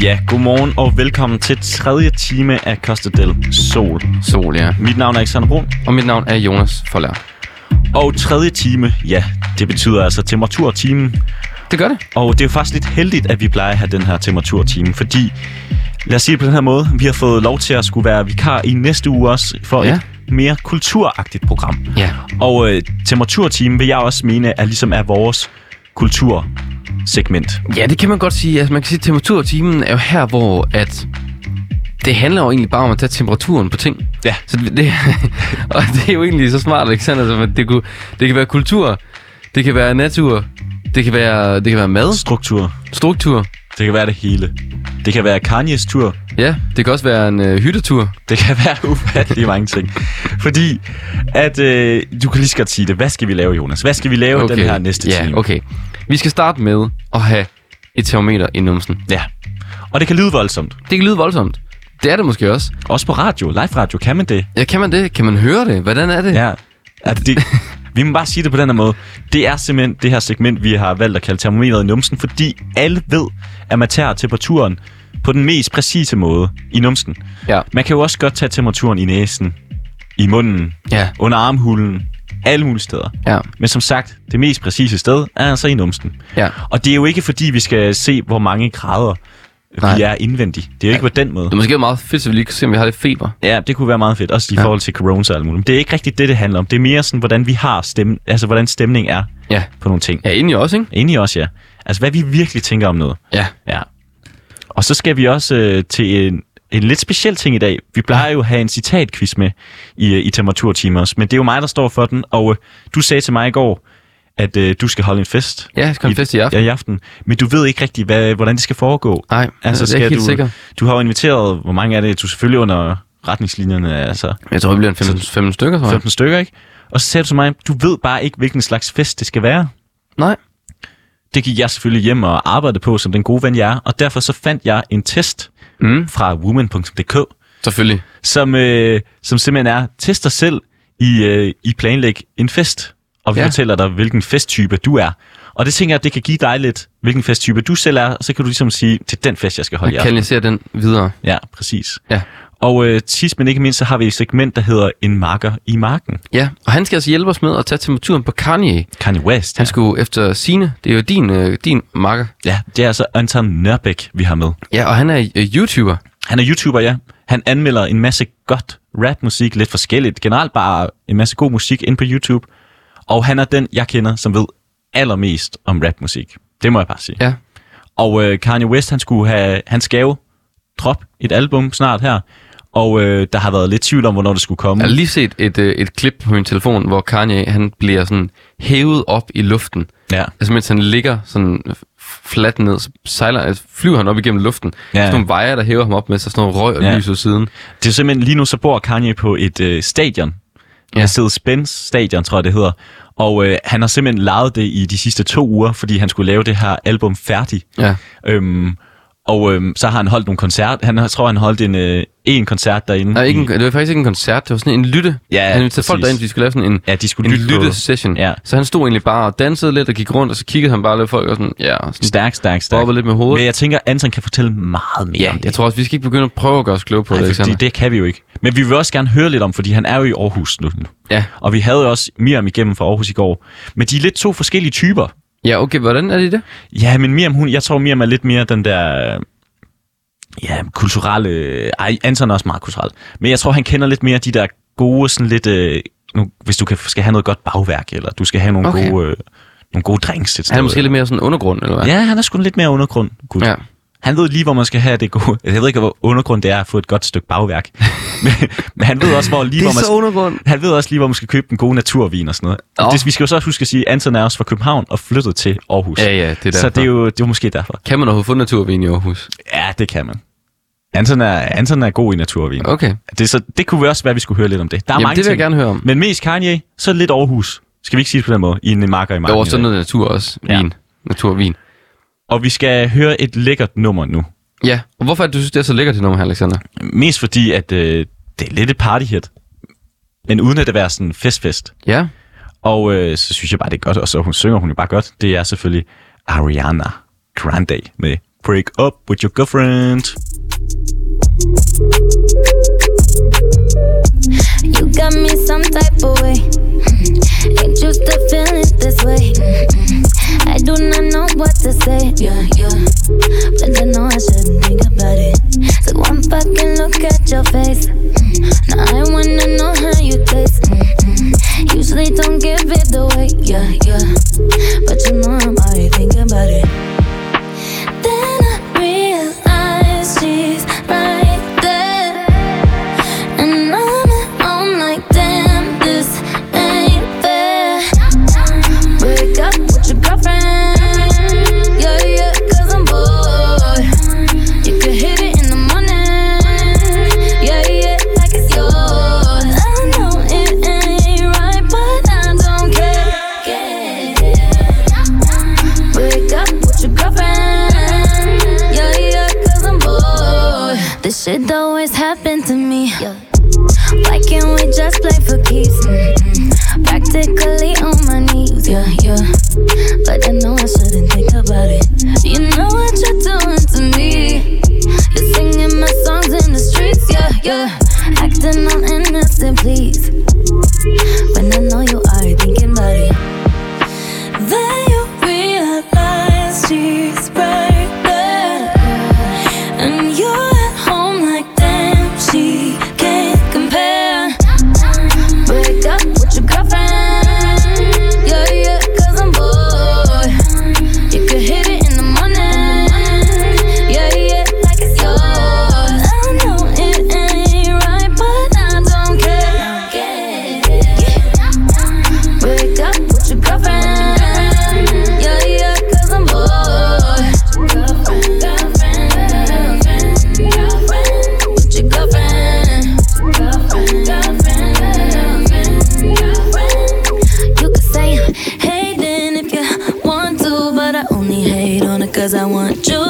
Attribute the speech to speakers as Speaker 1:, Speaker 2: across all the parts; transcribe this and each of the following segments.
Speaker 1: Ja, godmorgen og velkommen til tredje time af Costa del Sol.
Speaker 2: Sol, ja.
Speaker 1: Mit navn er Alexander Brun,
Speaker 2: Og mit navn er Jonas Forlær.
Speaker 1: og tredje time, ja, det betyder altså temperatur og timen.
Speaker 2: Det gør det.
Speaker 1: Og det er jo faktisk lidt heldigt, at vi plejer at have den her temperatur og timen, fordi, lad os sige det på den her måde, vi har fået lov til at skulle være vikar i næste uge også for ja.
Speaker 2: Ja.
Speaker 1: et mere kulturagtigt program.
Speaker 2: Ja.
Speaker 1: Og øh, temperatur og time vil jeg også mene, er ligesom er vores kultursegment.
Speaker 2: Ja, det kan man godt sige. Altså, man kan sige, at temperaturtimen er jo her, hvor at det handler jo egentlig bare om at tage temperaturen på ting.
Speaker 1: Ja.
Speaker 2: Så det, det, og det er jo egentlig så smart, Alexander, som at det, kunne, det kan være kultur, det kan være natur, det kan være, det kan være mad,
Speaker 1: Struktur.
Speaker 2: struktur.
Speaker 1: Det kan være det hele. Det kan være Kanye's tur.
Speaker 2: Ja, det kan også være en øh, hyttetur.
Speaker 1: Det kan være ufattelig mange ting. Fordi, at øh, du kan lige så godt sige det. Hvad skal vi lave, Jonas? Hvad skal vi lave okay. den her næste
Speaker 2: ja,
Speaker 1: time?
Speaker 2: okay. Vi skal starte med at have et termometer i numsen.
Speaker 1: Ja. Og det kan lyde voldsomt.
Speaker 2: Det kan lyde voldsomt. Det er det måske også.
Speaker 1: Også på radio. Live radio. Kan man det?
Speaker 2: Ja, kan man det? Kan man høre det? Hvordan er det?
Speaker 1: Ja. At det vi må bare sige det på den her måde. Det er simpelthen det her segment, vi har valgt at kalde termometeret i numsen, fordi alle ved, at man tager temperaturen på den mest præcise måde i numsen.
Speaker 2: Ja.
Speaker 1: Man kan jo også godt tage temperaturen i næsen, i munden,
Speaker 2: Ja.
Speaker 1: under armhulen, alle mulige steder.
Speaker 2: Ja.
Speaker 1: Men som sagt, det mest præcise sted er altså i numsen.
Speaker 2: Ja.
Speaker 1: Og det er jo ikke fordi, vi skal se, hvor mange grader Nej.
Speaker 2: Nej.
Speaker 1: vi er indvendigt. Det er jo ikke på den måde.
Speaker 2: Det er måske være meget fedt, så vi lige kan se, om vi har lidt feber.
Speaker 1: Ja, det kunne være meget fedt, også i ja.
Speaker 2: Ja.
Speaker 1: forhold til corona og alt muligt. Men det er ikke rigtigt det, det handler om. Det er mere sådan, hvordan vi har stemme, altså hvordan stemning er
Speaker 2: Ja.
Speaker 1: på nogle ting.
Speaker 2: Ja, inden i også, ikke?
Speaker 1: Inde i os, ja. Altså hvad vi virkelig tænker om noget.
Speaker 2: Ja.
Speaker 1: Ja. Og så skal vi også øh, til en, en lidt speciel ting i dag. Vi plejer jo at have en citatquiz med i, øh, i temperaturtimer også, men det er jo mig, der står for den. Og øh, du sagde til mig i går, at øh, du skal holde en fest.
Speaker 2: Ja, jeg skal have en fest i aften.
Speaker 1: Ja, i aften. Men du ved ikke rigtig, hvad, hvordan det skal foregå.
Speaker 2: Nej, altså, jeg er ikke helt
Speaker 1: du,
Speaker 2: sikker.
Speaker 1: Du har jo inviteret, hvor mange er det? Du er selvfølgelig under retningslinjerne, altså
Speaker 2: Jeg tror, det bliver en 15, 15 stykker, tror jeg.
Speaker 1: 15 stykker, ikke? Og så sagde du til mig, du ved bare ikke, hvilken slags fest det skal være.
Speaker 2: Nej.
Speaker 1: Det gik jeg selvfølgelig hjem og arbejdede på, som den gode ven jeg er, og derfor så fandt jeg en test
Speaker 2: Mm,
Speaker 1: fra woman.dk,
Speaker 2: selvfølgelig.
Speaker 1: som, øh, som simpelthen er, test dig selv i, øh, i planlæg en fest, og vi ja.
Speaker 2: Ja.
Speaker 1: fortæller dig, hvilken festtype du er. Og det tænker jeg, det kan give dig lidt, hvilken festtype du selv er, og så kan du ligesom sige, det er den fest, jeg skal holde i
Speaker 2: Jeg
Speaker 1: aften.
Speaker 2: kan lige se den videre.
Speaker 1: Ja, præcis.
Speaker 2: Ja.
Speaker 1: Og øh, sidst men ikke mindst, så har vi et segment, der hedder En marker i marken.
Speaker 2: Ja, og han skal altså hjælpe os med at tage temperaturen på Kanye.
Speaker 1: Kanye West.
Speaker 2: Han skulle efter sine. Det er jo din, øh, din makker.
Speaker 1: Ja, det er altså Anton Nørbæk, vi har med.
Speaker 2: Ja, og han er øh, YouTuber.
Speaker 1: Han er YouTuber, ja. Han anmelder en masse godt rapmusik, lidt forskelligt. Generelt bare en masse god musik ind på YouTube. Og han er den, jeg kender, som ved allermest om rapmusik. Det må jeg bare sige.
Speaker 2: Ja.
Speaker 1: Og øh, Kanye West, han, skulle have, han skal jo droppe et album snart her. Og øh, der har været lidt tvivl om, hvornår det skulle komme.
Speaker 2: Jeg har lige set et, øh, et klip på min telefon, hvor Kanye han bliver sådan hævet op i luften.
Speaker 1: Ja.
Speaker 2: Altså mens han ligger sådan fladt ned, så sejler, altså, flyver han op igennem luften. Ja.
Speaker 1: ja.
Speaker 2: Sådan nogle vejer, der hæver ham op med så sådan noget røg og
Speaker 1: Ja.
Speaker 2: ja. lys ud siden.
Speaker 1: Det er simpelthen lige nu, så bor Kanye på et øh, stadion.
Speaker 2: Ja.
Speaker 1: Ja. Mercedes-Benz Stadion, tror jeg det hedder. Og øh, han har simpelthen lejet det i de sidste to uger, fordi han skulle lave det her album færdig.
Speaker 2: Ja.
Speaker 1: Øhm, og øhm, så har han holdt nogle koncert. Han jeg tror, han holdt en, øh, en koncert derinde.
Speaker 2: Nej, ikke en,
Speaker 1: i,
Speaker 2: det var faktisk ikke en koncert, det var sådan en lytte.
Speaker 1: Ja,
Speaker 2: han inviterede folk
Speaker 1: præcis.
Speaker 2: derind, de skulle lave sådan en,
Speaker 1: ja, de skulle
Speaker 2: en
Speaker 1: lytte, lytte
Speaker 2: lytte-session.
Speaker 1: Ja.
Speaker 2: Så han stod egentlig bare og dansede lidt og gik rundt, og så kiggede han bare lidt folk og sådan, ja, og sådan
Speaker 1: stærk, stærk, stærk.
Speaker 2: bobbede lidt med
Speaker 1: Men
Speaker 2: hovedet.
Speaker 1: jeg tænker, Anton kan fortælle meget mere
Speaker 2: Ja,
Speaker 1: om det.
Speaker 2: jeg tror også, vi skal ikke begynde at prøve at gøre os kloge på det,
Speaker 1: Nej, fordi
Speaker 2: Alexander.
Speaker 1: det kan vi jo ikke. Men vi vil også gerne høre lidt om, fordi han er jo i Aarhus nu.
Speaker 2: Ja.
Speaker 1: Og vi havde jo også Miriam igennem fra Aarhus i går. Men de er lidt to forskellige typer.
Speaker 2: ja, okay, hvordan er det i det?
Speaker 1: Ja, men Miriam, hun, jeg tror, Miriam er lidt mere den der... øh, Ja, kulturelle... Ej, Anton er også meget kulturel. Men jeg tror, han kender lidt mere de der gode, sådan lidt... Øh, nu, hvis du kan, skal have noget godt bagværk, eller du skal have nogle, okay.
Speaker 2: Okay.
Speaker 1: gode, øh, nogle gode drinks et sted.
Speaker 2: Han er måske lidt mere sådan undergrund, eller hvad?
Speaker 1: Ja, han er sgu lidt mere undergrund. Gud. Ja.
Speaker 2: Ja.
Speaker 1: Han ved lige, hvor man skal have det gode. Jeg ved ikke, hvor undergrund det er at få et godt stykke bagværk. men, men han ved også, hvor lige,
Speaker 2: Det
Speaker 1: hvor
Speaker 2: er
Speaker 1: man
Speaker 2: så undergrund.
Speaker 1: han ved også lige, hvor man skal købe den gode naturvin og sådan noget.
Speaker 2: Nå.
Speaker 1: Oh. Det, vi skal jo så huske at sige, at Anton er også fra København og flyttet til Aarhus.
Speaker 2: Ja, ja, det er
Speaker 1: Så
Speaker 2: derfor.
Speaker 1: det er jo det er jo måske derfor.
Speaker 2: Kan man overhovedet få naturvin i Aarhus?
Speaker 1: Ja, det kan man. Anton er, Anton er god i naturvin.
Speaker 2: Okay.
Speaker 1: Det, er så, det kunne også være, vi skulle høre lidt om det. Der er
Speaker 2: Jamen,
Speaker 1: mange
Speaker 2: det vil jeg
Speaker 1: ting.
Speaker 2: gerne høre om.
Speaker 1: Men mest Kanye, så lidt Aarhus. Skal vi ikke sige det på den måde? I en marker i
Speaker 2: Der
Speaker 1: marken.
Speaker 2: er
Speaker 1: i
Speaker 2: også
Speaker 1: dag.
Speaker 2: noget natur også.
Speaker 1: Ja.
Speaker 2: Vin. Naturvin.
Speaker 1: Og vi skal høre et lækkert nummer nu.
Speaker 2: Ja, og hvorfor er det, du synes, det er så lækkert det nummer her, Alexander?
Speaker 1: Mest fordi, at øh, det er lidt et partyhit. Men uden at det være sådan fest-fest.
Speaker 2: Ja.
Speaker 1: Og øh, så synes jeg bare, det er godt, og så hun synger hun jo bare godt. Det er selvfølgelig Ariana Grande med Break Up With Your Girlfriend.
Speaker 3: You got me some type of way. Mm-hmm. Ain't used to feeling this way. Mm-hmm. I do not know what to say. Yeah, yeah. But I know I shouldn't think about it. So one fucking look at your face. Mm-hmm. Now I wanna know how you taste. Mm-hmm. Usually don't give it away. Yeah, yeah. But you know I'm already thinking about it. Then I realized she's right there. And I'm I'm like, damn, this ain't fair. Break up with your girlfriend. Yeah, yeah, cause I'm bored. You can hit it in the morning. Yeah, yeah, like it's yours. I know it ain't right, but I don't care. Break up with your girlfriend. Yeah, yeah, cause I'm bored. This shit always happened to me. Why can't we just play for keeps? Mm-mm. Practically on my knees, yeah, yeah. But I know I shouldn't think about it. You know what you're doing to me. You're singing my songs in the streets, yeah, yeah. Acting all innocent, please. When I know you are thinking about it. Then you realize she's right there. And you're at home like damn, she can't compare. Break up with your girlfriend. Yeah, yeah, cause I'm bored. You can hit it in the morning. Yeah, yeah, like it's yours. I know it ain't right, but I don't care. Break up with your girlfriend. Yeah, yeah, cause I'm bored. Girlfriend, girlfriend, girlfriend, girlfriend, with your girlfriend. Girlfriend, girlfriend, girlfriend, girlfriend. You could say I'm hating if you want to, but I only hate on it cause I want you.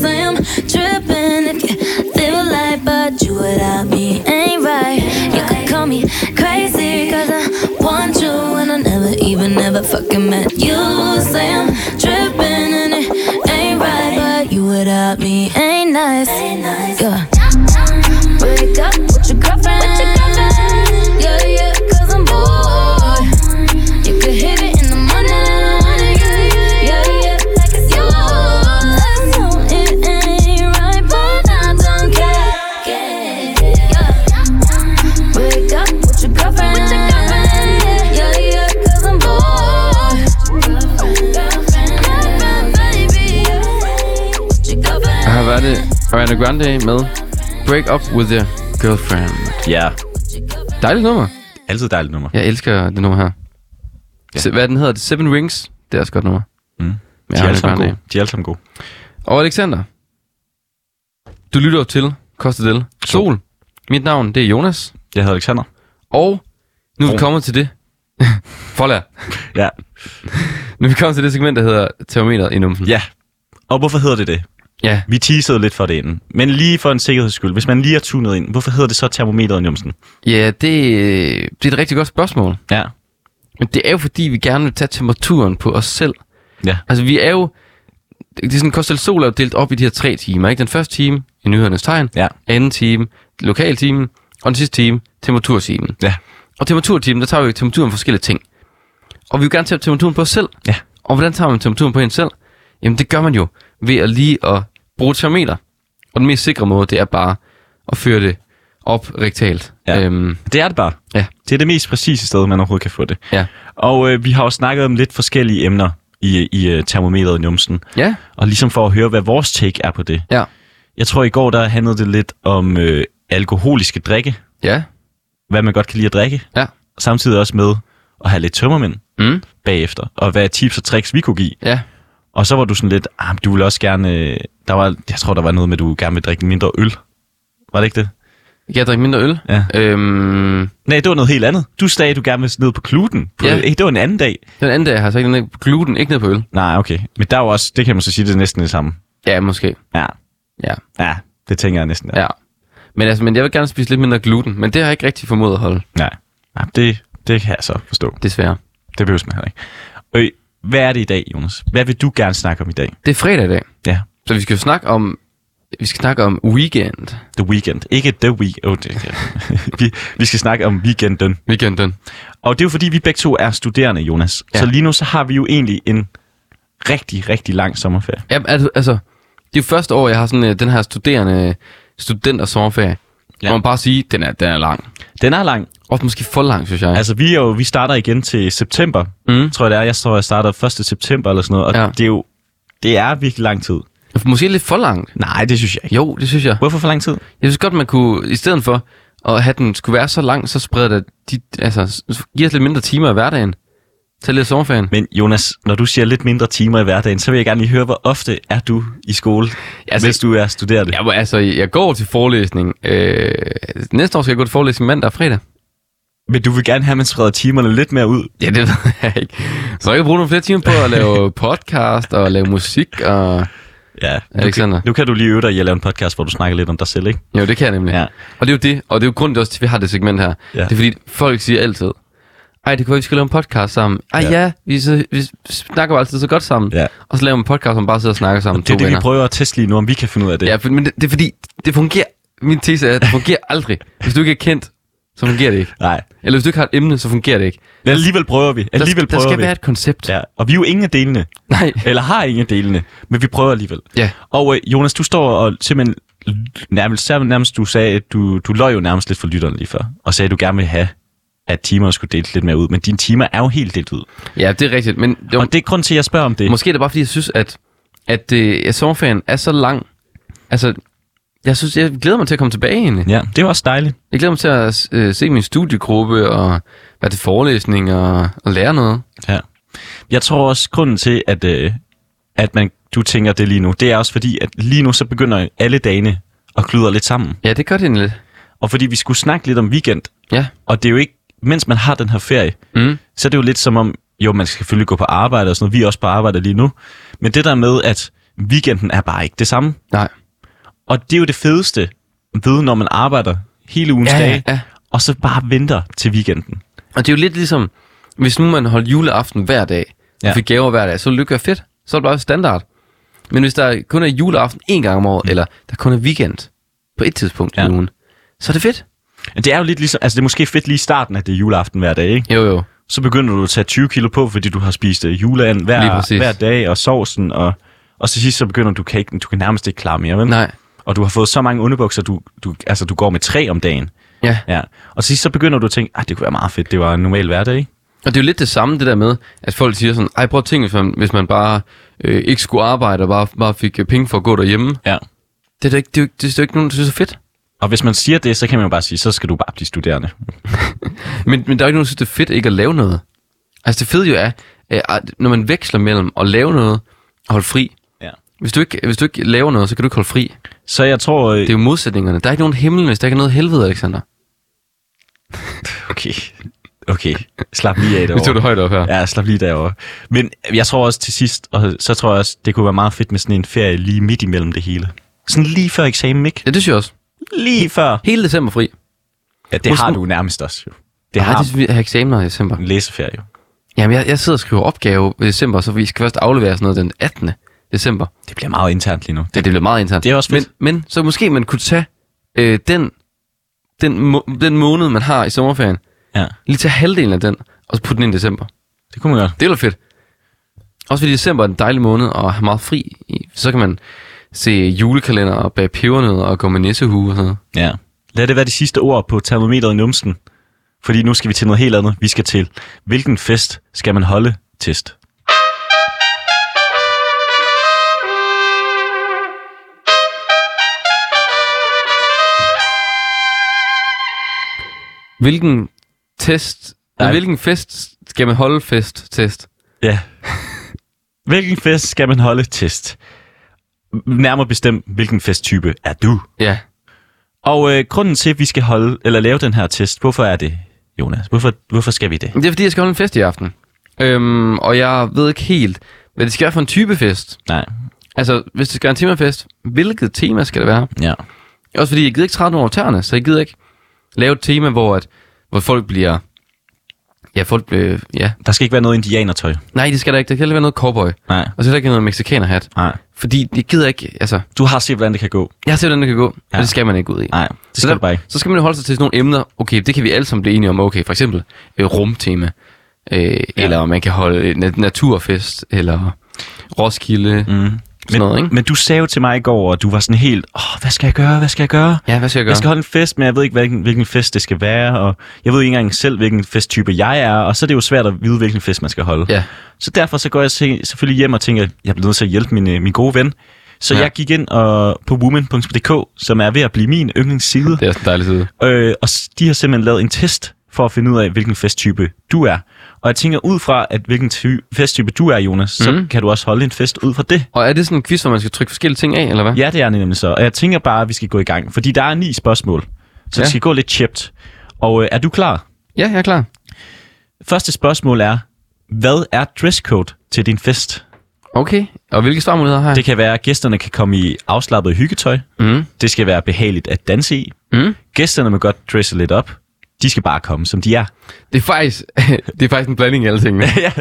Speaker 3: Say I'm tripping if you feel like, but you without me ain't right. You could call me crazy cause I want you and I never even never fucking met you. Say I'm tripping and it ain't right, but you without me ain't nice. Yeah. Break up with your girlfriend. Yeah, yeah, cause I'm bored. You could hit it in the morning. Yeah, yeah, like it's yours. I know it ain't right, but I don't care. Yeah. Break up with your girlfriend. Yeah, yeah, cause I'm bored. Girlfriend, baby. With your girlfriend.
Speaker 2: Og her var det Ariana Grande med Break Up With Your Girlfriend.
Speaker 1: Ja,
Speaker 2: Dejligt nummer.
Speaker 1: altid dejligt nummer.
Speaker 2: Jeg elsker det nummer her. Ja. Hvad den hedder det? Seven Rings. Det er også et godt nummer.
Speaker 1: Mm. De,
Speaker 2: Med
Speaker 1: er alle
Speaker 2: Ariana
Speaker 1: sammen
Speaker 2: Grande.
Speaker 1: gode. de er alle sammen gode.
Speaker 2: Og Alexander, du lytter jo til Costa del Sol. Mit navn, det er Jonas.
Speaker 1: Jeg hedder Alexander.
Speaker 2: Og nu er vi
Speaker 1: Brun.
Speaker 2: kommet til det. Forlær.
Speaker 1: Ja.
Speaker 2: Nu er vi kommet til det segment, der hedder termometeret i numsen.
Speaker 1: ja. Og hvorfor hedder det det?
Speaker 2: ja.
Speaker 1: Vi teasede lidt for det inden. Men lige for en sikkerheds skyld, hvis man lige har tunet ind, hvorfor hedder det så termometeret i numsen?
Speaker 2: Ja, det, det er et rigtig godt spørgsmål.
Speaker 1: Ja.
Speaker 2: Men det er jo fordi, vi gerne vil tage temperaturen på os selv.
Speaker 1: Ja.
Speaker 2: Altså, vi er jo... Det er sådan, Kostel Sol er jo delt op i de her tre timer, ikke? Den første time, i nyhedernes tegn.
Speaker 1: Ja.
Speaker 2: Anden time, lokaltimen. Og den sidste time, temperaturtimen.
Speaker 1: Ja.
Speaker 2: Og temperaturtimen, der tager vi temperaturen for forskellige ting. Og vi vil gerne tage temperaturen på os selv.
Speaker 1: Ja.
Speaker 2: Og hvordan tager man temperaturen på en selv? Jamen, det gør man jo ved at lige at bruge et termometer. Og den mest sikre måde, det er bare at føre det op rektalt.
Speaker 1: Ja.
Speaker 2: Øhm,
Speaker 1: Det er det bare.
Speaker 2: Ja.
Speaker 1: Det er det mest præcise sted, man overhovedet kan få det.
Speaker 2: ja.
Speaker 1: Og øh, vi har jo snakket om lidt forskellige emner i, i øh, termometeret i numsen.
Speaker 2: Ja,
Speaker 1: Og ligesom for at høre, hvad vores take er på det.
Speaker 2: ja,
Speaker 1: Jeg tror, i går der handlede det lidt om øh, alkoholiske drikke.
Speaker 2: ja,
Speaker 1: Hvad man godt kan lide at drikke.
Speaker 2: ja.
Speaker 1: Samtidig også med at have lidt tømmermænd
Speaker 2: Mm.
Speaker 1: bagefter. Og hvad tips og tricks vi kunne give.
Speaker 2: Ja,
Speaker 1: Og så var du sådan lidt, ah, men du ville også gerne... øh, Der var, jeg tror, der var noget med, at du gerne ville drikke mindre øl. Var det ikke det?
Speaker 2: jeg kan drikke mindre øl.
Speaker 1: Ja.
Speaker 2: Øhm,
Speaker 1: Nej, det var noget helt andet. Du sagde, at du gerne ville ned på kluten. På,
Speaker 2: Ja.
Speaker 1: ja. Det var en anden dag.
Speaker 2: den anden dag har jeg sagt den der gluten, ikke ned på øl.
Speaker 1: Nej, okay. Men der er jo også, det kan man så sige, det er næsten det samme.
Speaker 2: Ja, måske.
Speaker 1: Ja,
Speaker 2: Ja,
Speaker 1: ja det tænker jeg næsten.
Speaker 2: ja. Men, altså, men jeg vil gerne spise lidt mindre gluten, men det har jeg ikke rigtig formået at holde,
Speaker 1: Nej, ja, det, det kan jeg så forstå.
Speaker 2: desværre.
Speaker 1: Det behøves man heller ikke. Øh, hvad er det i dag, Jonas? Hvad vil du gerne snakke om i dag?
Speaker 2: Det er fredag i dag,
Speaker 1: Ja,
Speaker 2: så vi skal jo snakke om, vi skal snakke om weekend.
Speaker 1: The Weekend. Ikke The Week. Oh, det, ja. vi, vi skal snakke om weekenden.
Speaker 2: Weekenden.
Speaker 1: Og det er jo fordi, vi begge to er studerende, Jonas. Ja.
Speaker 2: Ja.
Speaker 1: Så lige nu så har vi jo egentlig en rigtig, rigtig lang sommerferie.
Speaker 2: Ja, altså, altså, det er jo første år, jeg har sådan øh, den her studerende, studenter sommerferie.
Speaker 1: Ja.
Speaker 2: Ja. Man må bare sige, den er, den er lang.
Speaker 1: Den er lang.
Speaker 2: Også måske for lang, synes jeg. Altså,
Speaker 1: Altså, vi, er jo, vi starter igen til september, mm.
Speaker 2: Mm.
Speaker 1: tror jeg det er. Jeg tror, jeg starter 1. september eller sådan noget. Og ja.
Speaker 2: Ja.
Speaker 1: det er jo det er virkelig lang tid.
Speaker 2: måske lidt for langt.
Speaker 1: Nej, det synes jeg ikke.
Speaker 2: Jo, det synes jeg.
Speaker 1: Hvorfor for lang tid?
Speaker 2: Jeg synes godt, man kunne, i stedet for at have den skulle være så lang, så spreder det, de, altså, s- giver os lidt mindre timer i hverdagen. Tag lidt af sommerferien.
Speaker 1: Men Jonas, når du siger lidt mindre timer i hverdagen, så vil jeg gerne lige høre, hvor ofte er du i skole, altså,
Speaker 2: Altså-
Speaker 1: hvis du er studerende?
Speaker 2: Jeg, må- altså, jeg går til forelæsning. Øh, næste år skal jeg gå til forelæsning mandag og fredag.
Speaker 1: Men du vil gerne have, at man spreder timerne lidt mere ud.
Speaker 2: Ja, det ved jeg ikke. Så jeg kan bruge nogle flere timer på at lave podcast og lave musik. Og...
Speaker 1: Ja, nu, kan,
Speaker 2: Alexander.
Speaker 1: nu kan du lige øve dig i at lave en podcast, hvor du snakker lidt om dig selv, ikke?
Speaker 2: Jo, det kan jeg nemlig.
Speaker 1: Ja.
Speaker 2: Og det er jo det, og det er jo grunden også til, at vi har det segment her.
Speaker 1: Ja.
Speaker 2: Ja. Det er fordi, folk siger altid, ej, det kunne være, vi skal lave en podcast sammen. Ej,
Speaker 1: Ja.
Speaker 2: ja, ja vi, så, vi snakker jo altid så godt sammen.
Speaker 1: Ja.
Speaker 2: Og så laver man en podcast, hvor man bare sidder og snakker sammen.
Speaker 1: Det er
Speaker 2: to
Speaker 1: det, vi
Speaker 2: venner.
Speaker 1: prøver at teste lige nu, om vi kan finde ud af det.
Speaker 2: Ja, for, men det, det, er fordi, det fungerer. Min tese er, at det fungerer aldrig. Hvis du ikke er kendt, så fungerer det ikke.
Speaker 1: Nej.
Speaker 2: Eller hvis du ikke har et emne, så fungerer det ikke.
Speaker 1: Men alligevel prøver vi.
Speaker 2: Der,
Speaker 1: Alligevel
Speaker 2: der
Speaker 1: prøver
Speaker 2: skal
Speaker 1: vi.
Speaker 2: være et koncept.
Speaker 1: Ja, og vi er jo ingen af delene,
Speaker 2: Nej.
Speaker 1: eller har ingen af delene, men vi prøver alligevel.
Speaker 2: Ja.
Speaker 1: Og øh, Jonas, du står og simpelthen nærmest, nærmest du sagde, at du, du løj jo nærmest lidt for lytteren lige før, og sagde, at du gerne ville have, at timerne skulle deles lidt mere ud, men dine timer er jo helt delt ud.
Speaker 2: ja, det er rigtigt. Men det var,
Speaker 1: Og det er grund til, at jeg spørger om det.
Speaker 2: Måske er det bare, fordi jeg synes, at, at, øh, at sommerferien er så lang. Altså, jeg synes, jeg glæder mig til at komme tilbage egentlig.
Speaker 1: Ja, det var også dejligt.
Speaker 2: Jeg glæder mig til at øh, se min studiegruppe og være til forelæsning og, og lære noget.
Speaker 1: Ja. Jeg tror også, grunden til, at, øh, at man, du tænker det lige nu, det er også fordi, at lige nu så begynder alle dagene at kludre lidt sammen.
Speaker 2: Ja, det gør det egentlig lidt.
Speaker 1: Og fordi vi skulle snakke lidt om weekend,
Speaker 2: Ja.
Speaker 1: og det er jo ikke, mens man har den her ferie,
Speaker 2: Mm.
Speaker 1: så er det jo lidt som om, jo, man skal selvfølgelig gå på arbejde og sådan noget. Vi er også på arbejde lige nu. Men det der med, at weekenden er bare ikke det samme.
Speaker 2: Nej.
Speaker 1: Og det er jo det fedeste ved, når man arbejder hele ugens
Speaker 2: Ja, ja,
Speaker 1: dage,
Speaker 2: ja.
Speaker 1: og så bare venter til weekenden.
Speaker 2: Og det er jo lidt ligesom, hvis nu man holdt juleaften hver dag, ja.
Speaker 1: Ja.
Speaker 2: og fik gaver hver dag, så ville det ikke være fedt. Så er det bare standard. Men hvis der kun er juleaften en gang om året, eller der kun er weekend på et tidspunkt Mm. ja.
Speaker 1: Ja.
Speaker 2: i ugen, så er det fedt.
Speaker 1: Men det er jo lidt ligesom, altså det er måske fedt lige i starten, at det er juleaften hver dag, ikke?
Speaker 2: Jo, jo.
Speaker 1: Så begynder du at tage 20 kilo på, fordi du har spist øh, juleand
Speaker 2: Lige
Speaker 1: hver,
Speaker 2: præcis.
Speaker 1: hver dag, og sovsen, og, og til sidst så begynder du, kan ikke, du kan nærmest ikke klare mere, vel?
Speaker 2: Nej.
Speaker 1: Og du har fået så mange underbukser, du, du, altså du går med tre om dagen.
Speaker 2: Ja.
Speaker 1: Ja. Og til sidst så begynder du at tænke, at det kunne være meget fedt, det var en normal hverdag, ikke?
Speaker 2: Og det er jo lidt det samme, det der med, at folk siger sådan, ej prøv at tænke, hvis man, hvis man bare øh, ikke skulle arbejde og bare, bare fik øh, penge for at gå derhjemme.
Speaker 1: Ja.
Speaker 2: Det er da ikke, det er, jo ikke- det er jo ikke nogen, der synes er fedt.
Speaker 1: Og hvis man siger det, så kan man jo bare sige, så skal du bare blive studerende.
Speaker 2: Men, men der er jo ikke nogen, der synes, det er fedt ikke at lave noget. Altså det fede jo er, øh, at når man veksler mellem at lave noget og holde fri.
Speaker 1: Ja.
Speaker 2: Hvis du, ikke, hvis du ikke laver noget, så kan du ikke holde fri.
Speaker 1: Så jeg tror... øh,
Speaker 2: Det er jo modsætningerne. Der er ikke nogen himmel, hvis der ikke er noget helvede, Alexander.
Speaker 1: Okay. Okay. Slap lige af
Speaker 2: Nu tog
Speaker 1: derovre.
Speaker 2: det højt op her.
Speaker 1: Ja, slap lige derovre. Men jeg tror også til sidst, og så tror jeg også, det kunne være meget fedt med sådan en ferie lige midt imellem det hele. Sådan lige før eksamen, ikke?
Speaker 2: Ja, det synes jeg også.
Speaker 1: Lige før.
Speaker 2: Hele december fri.
Speaker 1: Ja, det har du nærmest også jo. Det
Speaker 2: Ej,
Speaker 1: har
Speaker 2: det
Speaker 1: du.
Speaker 2: synes vi jeg har eksamener i december.
Speaker 1: En læseferie jo.
Speaker 2: Jamen, jeg, jeg sidder og skriver opgave i december, så vi skal først aflevere sådan noget den 18. december.
Speaker 1: Det bliver meget internt lige nu.
Speaker 2: Ja, det bliver meget internt.
Speaker 1: Det er også
Speaker 2: men,
Speaker 1: fedt.
Speaker 2: men så måske man kunne tage øh, den, den, må, den måned, man har i sommerferien,
Speaker 1: Ja,
Speaker 2: lige tage halvdelen af den, og så putte den ind i december.
Speaker 1: det kunne man godt.
Speaker 2: Det er da fedt. Også fordi december er en dejlig måned og har meget fri. I. Så kan man se julekalender og bage pebernødder og gå med nissehue og sådan noget.
Speaker 1: Ja. Lad det være de sidste ord på termometeret i numsen. Fordi nu skal vi til noget helt andet. Vi skal til, hvilken fest skal man holde test?
Speaker 2: Hvilken test... Nej.
Speaker 1: Nej.
Speaker 2: Hvilken fest skal man holde fest-test?
Speaker 1: Ja. Hvilken fest skal man holde test? Nærmere bestemt, hvilken festtype er du?
Speaker 2: Ja.
Speaker 1: Og øh, grunden til, at vi skal holde, eller lave den her test, hvorfor er det, Jonas? Hvorfor, hvorfor skal vi det?
Speaker 2: Det er fordi, jeg skal holde en fest i aften. Øhm, og jeg ved ikke helt, hvad det skal være for en type fest.
Speaker 1: Nej,
Speaker 2: Altså, hvis det skal være en temafest, hvilket tema skal det være?
Speaker 1: ja.
Speaker 2: Også fordi, jeg gider ikke træde nogen over tæerne, så jeg gider ikke lave et tema, hvor, at, hvor folk bliver... Ja, folk bliver... Ja.
Speaker 1: Der skal ikke være noget indianertøj.
Speaker 2: Nej, det skal der ikke. Der skal heller være noget cowboy.
Speaker 1: Nej,
Speaker 2: Og så skal der ikke være noget mexikanerhat.
Speaker 1: nej.
Speaker 2: Fordi jeg gider ikke... Altså,
Speaker 1: Du har set, hvordan det kan gå.
Speaker 2: jeg har set, hvordan det kan gå, ja.
Speaker 1: Ja.
Speaker 2: og det skal man ikke ud i.
Speaker 1: Nej, det
Speaker 2: så,
Speaker 1: skal du bare ikke.
Speaker 2: så skal man jo holde sig til sådan nogle emner. Okay, det kan vi alle sammen blive enige om. Okay, for eksempel øh, rumtema. Øh, ja. Eller om man kan holde en nat- naturfest, eller Roskilde. Mm. Sådan
Speaker 1: Men,
Speaker 2: noget, ikke?
Speaker 1: men du sagde jo til mig i går, og du var sådan helt, Åh, hvad skal jeg gøre, hvad skal jeg gøre?
Speaker 2: Ja, hvad skal jeg gøre?
Speaker 1: Jeg skal holde en fest, men jeg ved ikke, hvilken, hvilken fest det skal være, og jeg ved ikke engang selv, hvilken festtype jeg er, og så er det jo svært at vide, hvilken fest man skal holde.
Speaker 2: Ja.
Speaker 1: Så derfor så går jeg se, selvfølgelig hjem og tænker, at jeg bliver nødt til at hjælpe min, øh, min gode ven. Så
Speaker 2: Ja.
Speaker 1: ja. jeg gik ind og, på woman.dk, som er ved at blive min yndlingsside,
Speaker 2: Det er også en dejlig side.
Speaker 1: øh, og s- de har simpelthen lavet en test for at finde ud af, hvilken festtype du er. Og jeg tænker, ud fra at hvilken ty- festtype du er, Jonas, så
Speaker 2: Mm.
Speaker 1: kan du også holde en fest ud fra det.
Speaker 2: Og er det sådan en quiz, hvor man skal trykke forskellige ting af, eller hvad?
Speaker 1: Ja, det er det nemlig så. Og jeg tænker bare, at vi skal gå i gang, fordi der er ni spørgsmål. Så ja.
Speaker 2: Ja.
Speaker 1: det skal gå lidt chipped. Og øh, er du klar?
Speaker 2: ja jeg er klar.
Speaker 1: Første spørgsmål er, hvad er dresscode til din fest?
Speaker 2: Okay, og hvilke svarmuligheder har jeg?
Speaker 1: Det kan være, at gæsterne kan komme i afslappet hyggetøj.
Speaker 2: Mm.
Speaker 1: Det skal være behageligt at danse i.
Speaker 2: Mm.
Speaker 1: Gæsterne må godt dresse lidt op. De skal bare komme, som de er.
Speaker 2: Det, er faktisk, det er faktisk en blanding af alle tingene.
Speaker 1: ja.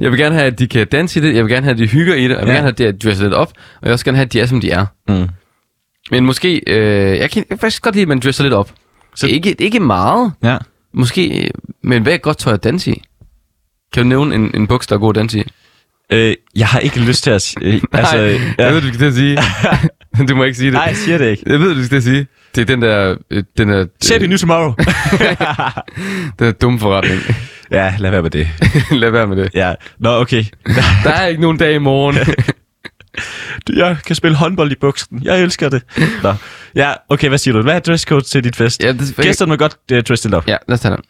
Speaker 2: Jeg vil gerne have, at de kan danse i det, jeg vil gerne have, at de hygger i det, og jeg vil
Speaker 1: Ja.
Speaker 2: gerne have, at de er dresset lidt op, og jeg vil også gerne have, at de er, som de er.
Speaker 1: Mm.
Speaker 2: Men måske, øh, jeg kan jeg kan faktisk godt lide, at man dresser lidt op. Så
Speaker 1: Så-
Speaker 2: ikke, ikke meget,
Speaker 1: ja.
Speaker 2: måske, øh, men hvad er godt tøj at danse i? Kan du nævne en, en buks, der er god at danse i?
Speaker 1: Øh, jeg har ikke lyst til at... s- Øh, altså,
Speaker 2: Nej,
Speaker 1: øh,
Speaker 2: jeg ved,
Speaker 1: ja.
Speaker 2: du skal til at sige. du må ikke sige det.
Speaker 1: Nej, jeg siger det ikke.
Speaker 2: Jeg ved, du skal til at sige. Det er den der, øh, den der,
Speaker 1: Sæt det
Speaker 2: øh,
Speaker 1: nu tomorrow.
Speaker 2: den der dumme forretning.
Speaker 1: ja, lad være med det.
Speaker 2: Lad være med det.
Speaker 1: Ja. Nå, okay.
Speaker 2: Der er ikke nogen dag i morgen.
Speaker 1: Jeg kan spille håndbold i buksen. Jeg elsker det. Nå. Ja, okay, hvad siger du? Hvad er dresscode til dit fest?
Speaker 2: Ja, det-
Speaker 1: Gæsterne må godt uh, dresse lidt op.
Speaker 2: ja, lad os tage den.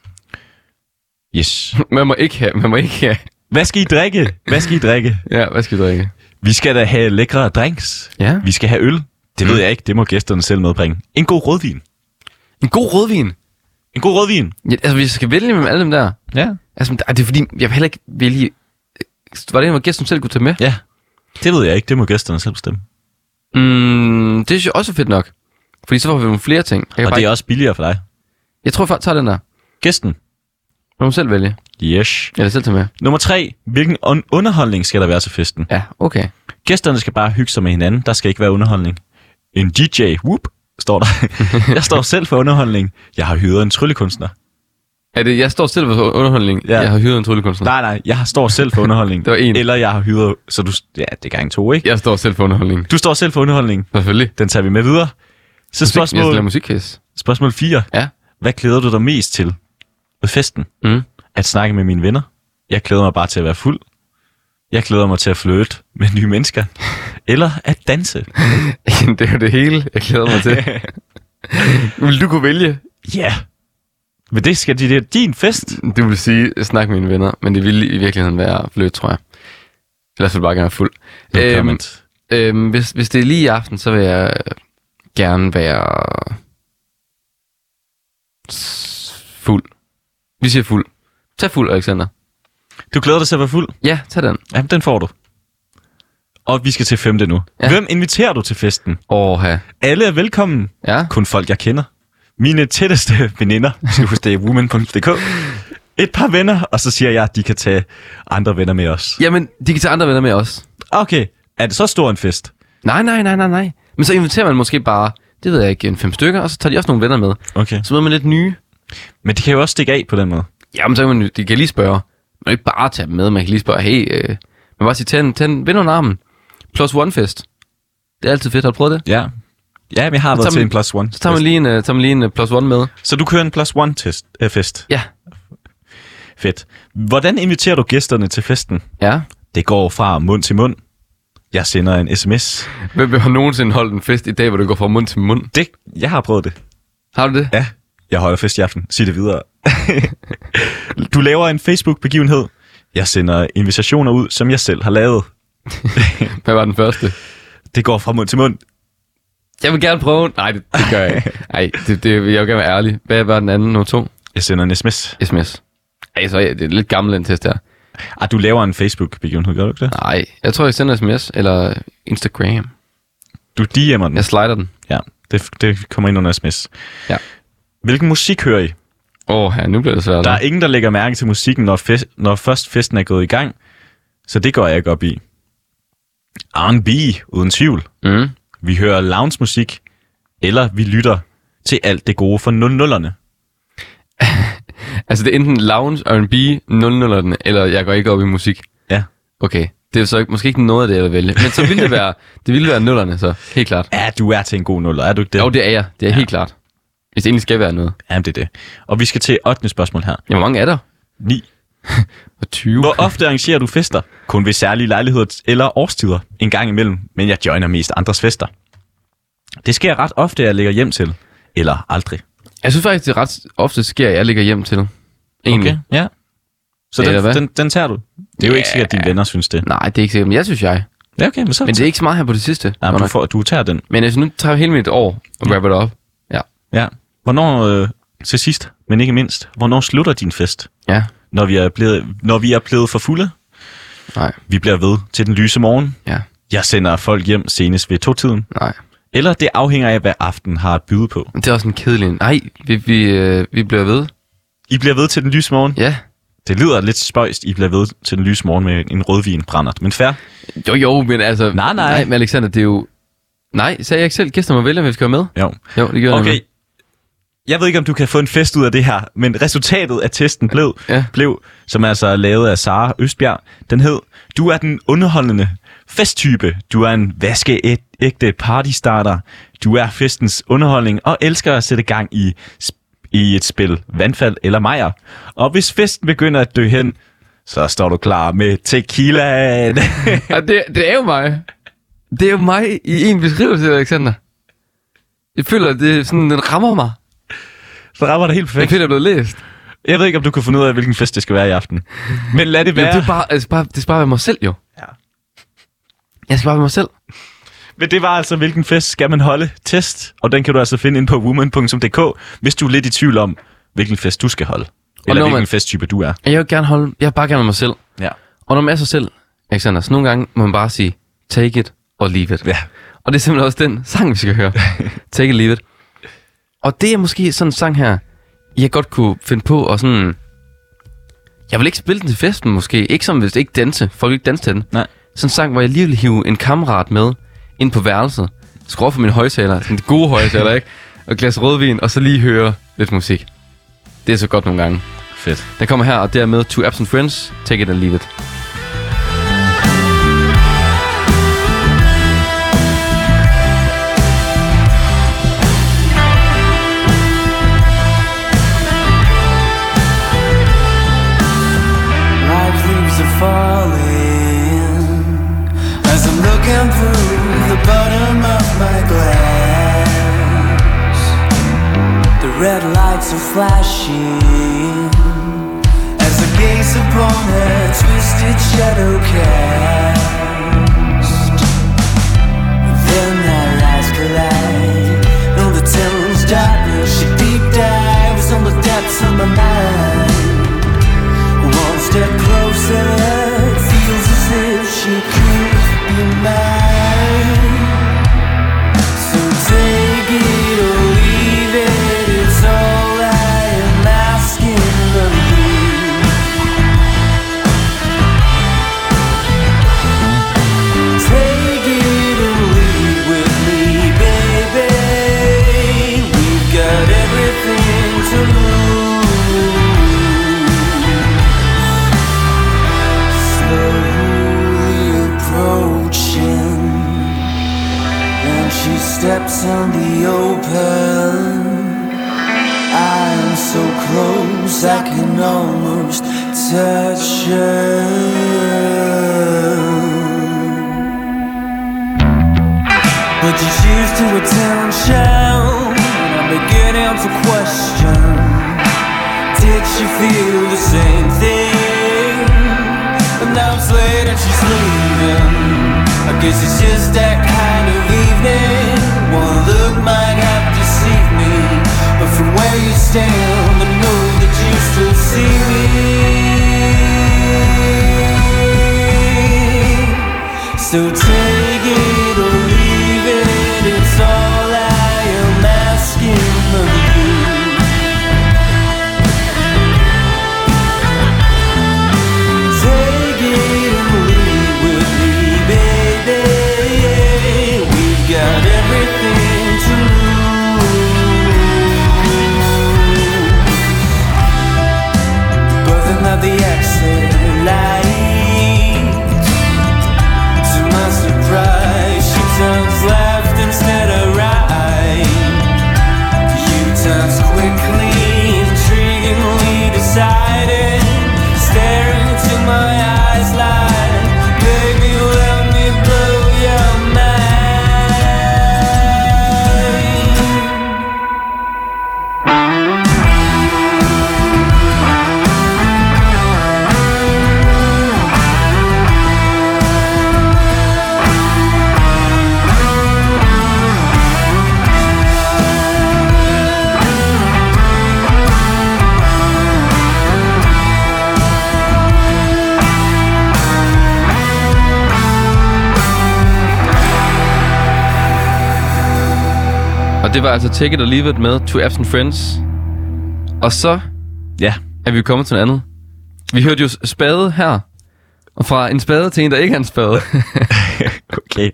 Speaker 1: Yes.
Speaker 2: Man må ikke have, man må ikke have.
Speaker 1: Hvad skal I drikke? Hvad skal I drikke?
Speaker 2: Ja, hvad skal vi drikke?
Speaker 1: Vi skal da have lækre drinks.
Speaker 2: Ja.
Speaker 1: Vi skal have øl. Det
Speaker 2: Mm.
Speaker 1: ved jeg ikke. Det må gæsterne selv medbringe. En god rødvin.
Speaker 2: En god rødvin.
Speaker 1: En god rødvin.
Speaker 2: Ja, altså, hvis jeg skal vælge mellem alle dem der.
Speaker 1: Ja.
Speaker 2: Altså, men der- det er fordi, jeg vil heller ikke vælge... øh, Var det en, hvor gæsten selv kunne tage med?
Speaker 1: Ja. Det ved jeg ikke. Det må gæsterne selv bestemme.
Speaker 2: Mm, det synes jeg også er fedt nok. Fordi så får vi nogle flere ting. Jeg, kan
Speaker 1: Og
Speaker 2: bare
Speaker 1: det er
Speaker 2: ikke-
Speaker 1: også billigere for dig.
Speaker 2: jeg tror, folk tager den der.
Speaker 1: Gæsten.
Speaker 2: Må man selv vælge.
Speaker 1: Yes.
Speaker 2: Eller selv tage med.
Speaker 1: Nummer tre. Hvilken un- underholdning skal der være til festen?
Speaker 2: Ja, okay.
Speaker 1: Gæsterne skal bare hygge sig med hinanden. Der skal ikke være underholdning. En DJ. Whoop. Står der. jeg står selv for underholdning. Jeg har hyret en tryllekunstner.
Speaker 2: Er det, jeg står selv for underholdning. Ja.
Speaker 1: Ja.
Speaker 2: Jeg har hyret en tryllekunstner.
Speaker 1: Nej, nej. Jeg står selv for underholdning.
Speaker 2: Det var en.
Speaker 1: Eller jeg har hyret... Så du... Ja, det er gang to, ikke?
Speaker 2: Jeg står selv for underholdning.
Speaker 1: Du står selv for underholdning.
Speaker 2: Selvfølgelig.
Speaker 1: Den tager vi med videre. Så
Speaker 2: Jeg skal
Speaker 1: spørgsmål,
Speaker 2: lave musikquiz.
Speaker 1: spørgsmål 4.
Speaker 2: Ja.
Speaker 1: Hvad glæder du dig mest til ved festen?
Speaker 2: Mm.
Speaker 1: At snakke med mine venner? Jeg glæder mig bare til at være fuld. Jeg glæder mig til at flytte med nye mennesker. Eller at danse.
Speaker 2: det er jo det hele, jeg glæder mig til. Vil du kunne vælge?
Speaker 1: Ja. Yeah. Men det skal det er din fest.
Speaker 2: Du vil sige, snak med mine venner, men det ville i virkeligheden være fløt, tror jeg. Ellers vil du bare gerne være fuld.
Speaker 1: No comment.
Speaker 2: øhm, hvis, hvis det er lige i aften, så vil jeg øh, gerne være s- fuld. Vi siger fuld. Tag fuld, Alexander.
Speaker 1: Du glæder dig til at være fuld.
Speaker 2: Ja, tag den.
Speaker 1: Jamen, den får du. Og vi skal til femte nu.
Speaker 2: Ja.
Speaker 1: Ja. Hvem inviterer du til festen?
Speaker 2: Åh,
Speaker 1: Alle er velkommen.
Speaker 2: ja.
Speaker 1: Kun folk, jeg kender. Mine tætteste veninder. Du skal huske, det er woman.dk. Et par venner, og så siger jeg, at de kan tage andre venner med os.
Speaker 2: Jamen, de kan tage andre venner med også.
Speaker 1: Okay, er det så stor en fest?
Speaker 2: Nej, nej, nej, nej, nej. Men så inviterer man måske bare, det ved jeg ikke, en fem stykker, og så tager de også nogle venner med.
Speaker 1: Okay.
Speaker 2: Så møder man lidt nye.
Speaker 1: Men det kan jo også stikke af på den måde.
Speaker 2: Jamen, så kan man, jo- de kan lige spørge. Man kan ikke bare tage dem med, man kan lige spørge, hey, øh, man kan bare sige, tag en, tag en ven under armen. Plus one fest. Det er altid fedt, har du prøvet det?
Speaker 1: Ja. Ja, men jeg har
Speaker 2: Så tager
Speaker 1: været til
Speaker 2: man-
Speaker 1: en plus one.
Speaker 2: Så tager man lige en, øh, tager man lige en øh, plus one med.
Speaker 1: så du kører en plus one test, øh, fest.
Speaker 2: Ja.
Speaker 1: Fedt. Hvordan inviterer du gæsterne til festen?
Speaker 2: Ja.
Speaker 1: Det går fra mund til mund. Jeg sender en sms.
Speaker 2: Hvem har nogensinde holdt en fest i dag, hvor du går fra mund til mund?
Speaker 1: Det, jeg har prøvet det.
Speaker 2: Har du det?
Speaker 1: Ja. Jeg holder fest i aften. Sig det videre. du laver en Facebook-begivenhed. Jeg sender invitationer ud, som jeg selv har lavet.
Speaker 2: Hvad var den første?
Speaker 1: Det går fra mund til mund.
Speaker 2: Jeg vil gerne prøve. Nej, det, det gør jeg ikke. Nej, det, det, jeg vil gerne være ærlig. Hvad var den anden nummer to?
Speaker 1: Jeg sender en sms.
Speaker 2: Sms. Ej, så er jeg, det er lidt gammel den test der.
Speaker 1: Ah, du laver en Facebook-begivenhed, gør du ikke det?
Speaker 2: Nej, jeg tror, jeg sender sms eller Instagram.
Speaker 1: Du DM'er den.
Speaker 2: Jeg slider den.
Speaker 1: Ja, det, det kommer ind under sms.
Speaker 2: Ja.
Speaker 1: Hvilken musik hører I?
Speaker 2: Åh, oh, ja, nu bliver det svært.
Speaker 1: Der er ingen, der lægger mærke til musikken, når, fest, når først festen er gået i gang. Så det går jeg ikke op i. R&B, uden tvivl.
Speaker 2: Mm.
Speaker 1: Vi hører lounge-musik, eller vi lytter til alt det gode for 00'erne.
Speaker 2: Altså, det er enten lounge, R&B, 00'erne, eller jeg går ikke op i musik.
Speaker 1: Ja.
Speaker 2: Okay, det er så ikke, måske ikke noget af det, jeg vil vælge. Men så ville det være, det ville være nullerne, så helt klart.
Speaker 1: Ja, du er til en god nuller, er du ikke det?
Speaker 2: Jo, det er jeg. Det er ja. helt klart. Hvis det egentlig skal være noget.
Speaker 1: Jamen, det er det. Og vi skal til 8. spørgsmål her.
Speaker 2: Ja, hvor mange er der?
Speaker 1: 9.
Speaker 2: Og 20.
Speaker 1: Hvor ofte arrangerer du fester? Kun ved særlige lejligheder eller årstider. En gang imellem, men jeg joiner mest andres fester. Det sker ret ofte, at jeg ligger hjem til. Eller aldrig.
Speaker 2: Jeg synes faktisk, det ret ofte sker, at jeg ligger hjem til. Egentlig. Okay.
Speaker 1: ja. Mm. Så
Speaker 2: Eller
Speaker 1: den,
Speaker 2: hvad?
Speaker 1: den, den tager du. Det er jo ikke sikkert, at dine venner synes det.
Speaker 2: Nej, det er ikke sikkert, men jeg synes jeg.
Speaker 1: Ja, okay, men så...
Speaker 2: Men det er ikke så meget her på det sidste.
Speaker 1: ja,
Speaker 2: godt
Speaker 1: men du,
Speaker 2: nok.
Speaker 1: får, du tager den.
Speaker 2: Men altså, nu tager jeg hele mit år og wrapper det op. Ja.
Speaker 1: Ja. Hvornår, øh, til sidst, men ikke mindst, hvornår slutter din fest?
Speaker 2: Ja.
Speaker 1: Når vi er blevet, når vi er blevet for fulde?
Speaker 2: Nej.
Speaker 1: Vi bliver ved til den lyse morgen.
Speaker 2: Ja.
Speaker 1: Jeg sender folk hjem senest ved to-tiden.
Speaker 2: Nej.
Speaker 1: Eller det afhænger af, hvad aftenen har at byde på.
Speaker 2: Men Det er også en kedelig en. Nej, vi, vi, øh, vi bliver ved.
Speaker 1: I bliver ved til den lyse morgen.
Speaker 2: Ja.
Speaker 1: Det lyder lidt spøjst, I bliver ved til den lyse morgen med en rødvin brændert. Men fair.
Speaker 2: Jo, jo, men altså...
Speaker 1: Nej, nej.
Speaker 2: Nej, men Alexander, det er jo... Nej, sagde jeg ikke selv, gæster må vælge, om vi skal være med?
Speaker 1: Jo.
Speaker 2: Jo, det gjorde
Speaker 1: Okay.
Speaker 2: jeg.
Speaker 1: Jeg ved ikke, om du kan få en fest ud af det her, men resultatet af testen blev, ja.
Speaker 2: Ja.
Speaker 1: blev som altså er lavet af Sara Østbjerg, den hed, du er den underholdende festtype. Du er en vaskeægte partystarter. Du er festens underholdning og elsker at sætte gang i, sp- i et spil, vandfald eller mejer. Og hvis festen begynder at dø hen, så står du klar med tequilaen.
Speaker 2: nemlig. Og det, det er jo mig. Det er jo mig i en beskrivelse, Alexander. Jeg føler, at det er sådan, den rammer mig.
Speaker 1: så rammer det helt
Speaker 2: Jeg
Speaker 1: perfekt.
Speaker 2: føler, jeg er blevet læst.
Speaker 1: Jeg ved ikke, om du kan finde ud af, hvilken fest det skal være i aften. Men lad det
Speaker 2: Jamen,
Speaker 1: være.
Speaker 2: det, er bare, altså, bare, det sparer jeg mig selv jo.
Speaker 1: Ja.
Speaker 2: Jeg sparer mig selv.
Speaker 1: Men det var altså, hvilken fest skal man holde? Test, og den kan du altså finde ind på woman.dk, hvis du er lidt i tvivl om, hvilken fest du skal holde. Eller
Speaker 2: når
Speaker 1: hvilken
Speaker 2: man-
Speaker 1: festtype du er.
Speaker 2: Jeg vil gerne holde, jeg vil bare gerne med mig selv.
Speaker 1: Ja.
Speaker 2: Og når man er sig selv, Alexander, så nogle gange må man bare sige, take it og leave it.
Speaker 1: Ja.
Speaker 2: Og det er simpelthen også den sang, vi skal høre. take it, leave it. Og det er måske sådan en sang her, jeg godt kunne finde på og sådan... Jeg vil ikke spille den til festen måske. Ikke som hvis ikke danse. Folk vil ikke danse til den.
Speaker 1: Nej.
Speaker 2: Sådan en sang, hvor jeg lige vil hive en kammerat med ind på værelset. Skru op for min højtaler. Sådan de gode højtaler, ikke? Og et glas rødvin, og så lige høre lidt musik. Det er så godt nogle gange.
Speaker 1: Fedt.
Speaker 2: Den kommer her, og dermed To Absent Friends, Take It and Leave It.
Speaker 4: Life leaves are falling as I'm looking through the bottom of my glass. The red lights are flashing as I gaze upon her twisted shadow cast. Then our eyes collide on the tunnel's darkness. She deep dives on the depths of my mind. One step closer, it feels as if she could be mine. So take it or leave it, it's all I am asking of you. Take it or leave with me, baby. We've got everything to lose slowly approaching and she steps on the open I'm so close I can almost touch her but you choose to attention. I'm beginning down to question Did she feel the same thing? And now it's late and she's leaving I guess it's just that kind of evening One look might have deceived me But from where you stand I know that you still see me so take it or leave it, it's all I am asking of you. Take it or leave with me, baby. We've got everything to lose. Burden of the exit light. To my surprise, she turns left instead of right. You turns quickly, intriguingly decided, staring into my eyes like, baby, let me blow your mind.
Speaker 2: Og det var altså Take It or Leave It med To Absent Friends. Og så
Speaker 1: Ja,
Speaker 2: er vi kommet til noget andet. Vi hørte jo spade her. Og fra en spade til en, der ikke er en spade.
Speaker 1: okay.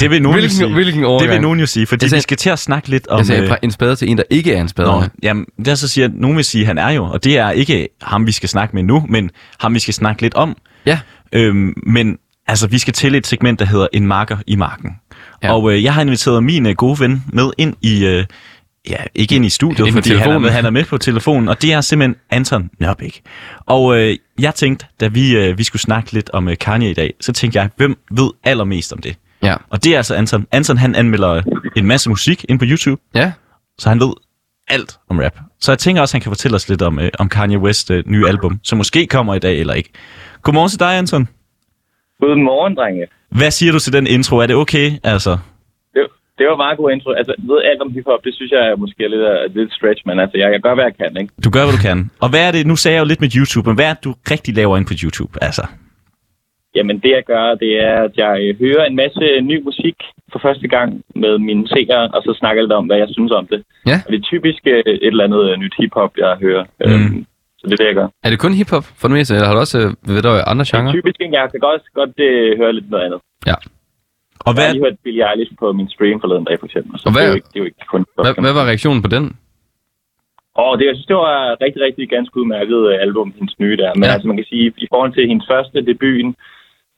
Speaker 1: Det vil nogen
Speaker 2: Hvilken-
Speaker 1: jo sige.
Speaker 2: hvilken
Speaker 1: det vil
Speaker 2: overgang?
Speaker 1: nogen jo sige, fordi
Speaker 2: Jeg sagde-
Speaker 1: vi skal til at snakke lidt om...
Speaker 2: Jeg sagde
Speaker 1: øh,
Speaker 2: fra en spade til en, der ikke er en spade.
Speaker 1: Nå, jamen, der så siger, at nogen vil sige, at han er jo, og det er ikke ham, vi skal snakke med nu, men ham, vi skal snakke lidt om.
Speaker 2: Ja.
Speaker 1: Øhm, men altså, vi skal til et segment, der hedder En marker i marken.
Speaker 2: Ja.
Speaker 1: Ja. Og øh, jeg har inviteret min øh, gode ven med ind i, øh, ja, ikke ind i studiet,
Speaker 2: Ind på
Speaker 1: fordi han er,
Speaker 2: telefonen.
Speaker 1: med, han er med på telefonen, og det er simpelthen Anton Nørbæk. Og øh, jeg tænkte, da vi, øh, vi skulle snakke lidt om øh, Kanye i dag, så tænkte jeg, hvem ved allermest om det?
Speaker 2: Ja.
Speaker 1: Og det er altså Anton. Anton, han anmelder øh, en masse musik ind på YouTube,
Speaker 2: Ja.
Speaker 1: så han ved alt om rap. Så jeg tænker også, han kan fortælle os lidt om, øh, om Kanye West øh, nye album, som måske kommer i dag eller ikke. Godmorgen til dig, Anton.
Speaker 5: Godmorgen, drenge.
Speaker 1: Hvad siger du til den intro? Er det okay, altså?
Speaker 5: Det, det var meget god intro. Altså, jeg ved alt om hiphop, det synes jeg måske er lidt, er lidt stretch, men altså, jeg kan gøre, hvad jeg kan, ikke?
Speaker 1: Du gør, hvad du kan. Og hvad er det, nu sagde jeg jo lidt med YouTube, men hvad er det, du rigtig laver ind på YouTube, altså?
Speaker 5: Jamen, det jeg gør, det er, at jeg hører en masse ny musik for første gang med mine seere, og så snakker jeg lidt om, hvad jeg synes om det.
Speaker 2: Ja.
Speaker 5: Og det er typisk øh, et eller andet øh, nyt hiphop, jeg hører. Mm. Øhm, så det er det, jeg gør.
Speaker 2: Er det kun hiphop for det meste, eller har du også øh, ved du, andre genrer?
Speaker 5: Typisk, ikke? jeg kan godt, godt øh, høre lidt noget andet.
Speaker 2: Ja.
Speaker 1: Og
Speaker 5: Jeg har
Speaker 1: hvad,
Speaker 5: lige hørt Billie Eilish på min stream forleden dag, for eksempel. Så
Speaker 2: Og hvad-
Speaker 5: det, er jo ikke, det er jo ikke kun...
Speaker 2: Hvad, hvad var reaktionen på den?
Speaker 5: Og det, jeg synes, det var et rigtig, rigtig ganske udmærket øh, album, hendes nye der. Men
Speaker 2: Ja.
Speaker 5: ja. altså, man kan sige, i forhold til hendes første debuten,